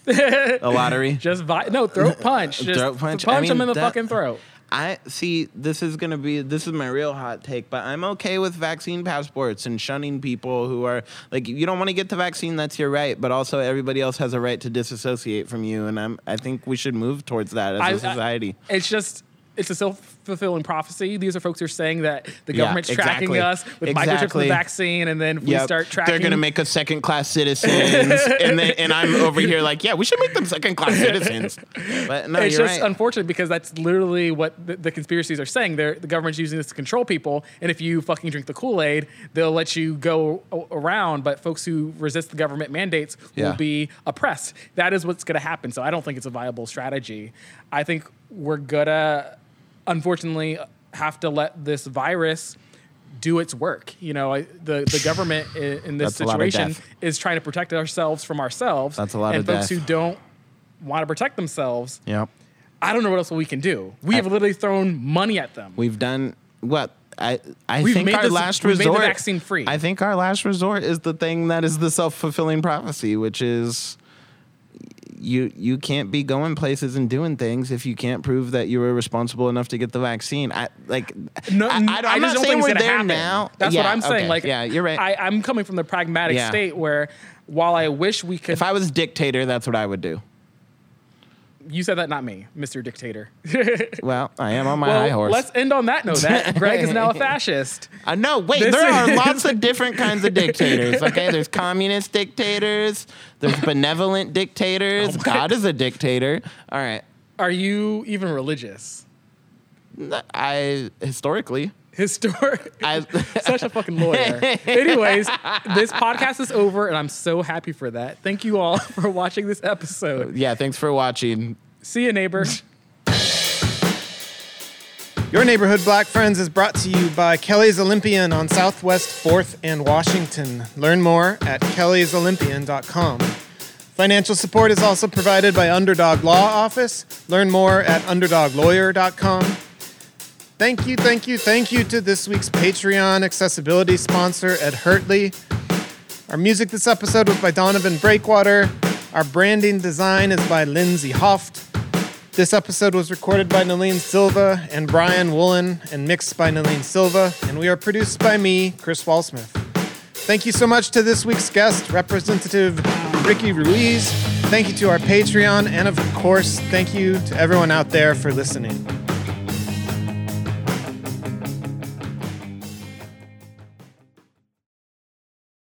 a lottery Just vi- no throat punch. Just Throat punch? punch. I them mean, in the that- fucking throat. I see. This is gonna be. This is my real hot take, but I'm okay with vaccine passports and shunning people who are like, you don't want to get the vaccine. That's your right, but also everybody else has a right to disassociate from you, and I'm. I think we should move towards that as a I- I- society. It's just it's a self fulfilling prophecy. These are folks who are saying that the Yeah, government's exactly. tracking us with microchips in Exactly. the vaccine, and then if we Yep. start tracking. They're gonna make us second class citizens, and then and I'm over here like, yeah, we should make them second class citizens. But no, it's you're just right. unfortunate because that's literally what the, the conspiracies are saying. They're, the government's using this to control people, and if you fucking drink the Kool Aid, they'll let you go a- around. But folks who resist the government mandates Yeah. will be oppressed. That is what's going to happen. So I don't think it's a viable strategy. I think we're gonna, unfortunately, have to let this virus do its work. You know, I, the the government i- in, in this That's a lot of situation death. is trying to protect ourselves from ourselves. That's a lot and of folks death. who don't want to protect themselves yep. I don't know what else we can do. We have literally thrown money at them. We've done what I I We've think made our this- last we've made the resort vaccine free. I think our last resort is the thing that is the self fulfilling prophecy, which is you you can't be going places and doing things if you can't prove that you were responsible enough to get the vaccine. I like No, I, I, n- don't- I I'm just don't not saying think we're it's gonna there happen. now. That's what Yeah, I'm saying. okay. Like, yeah, you're right. I, I'm coming from the pragmatic Yeah. state where, while I wish we could, if I was dictator, that's what I would do. you said that, not me, Mr. Dictator. Well, I am on my high well, horse. let's end on that note. That Greg is now a fascist. Uh, no, wait. This there are is- lots of different kinds of dictators. Okay, there's communist dictators. There's benevolent Oh dictators. God is a dictator. All right. Are you even religious? N- I historically His story. I, Such a fucking lawyer. Anyways, this podcast is over, and I'm so happy for that. Thank you all for watching this episode. yeah, thanks for watching. See you, neighbor. Your Neighborhood Black Friends is brought to you by Kelly's Olympian on Southwest 4th and Washington. Learn more at kellysolympian.com. Financial support is also provided by Underdog Law Office. Learn more at underdoglawyer.com. Thank you, thank you, thank you to this week's Patreon accessibility sponsor, Ed Hertley. Our music this episode was by Donovan Breakwater. Our branding design is by Lindsay Hoft. This episode was recorded by Naleen Silva and Brian Woolen and mixed by Naleen Silva, and we are produced by me, Chris Walsmith. Thank you so much to this week's guest, Representative Ricky Ruiz. Thank you to our Patreon, and of course, thank you to everyone out there for listening.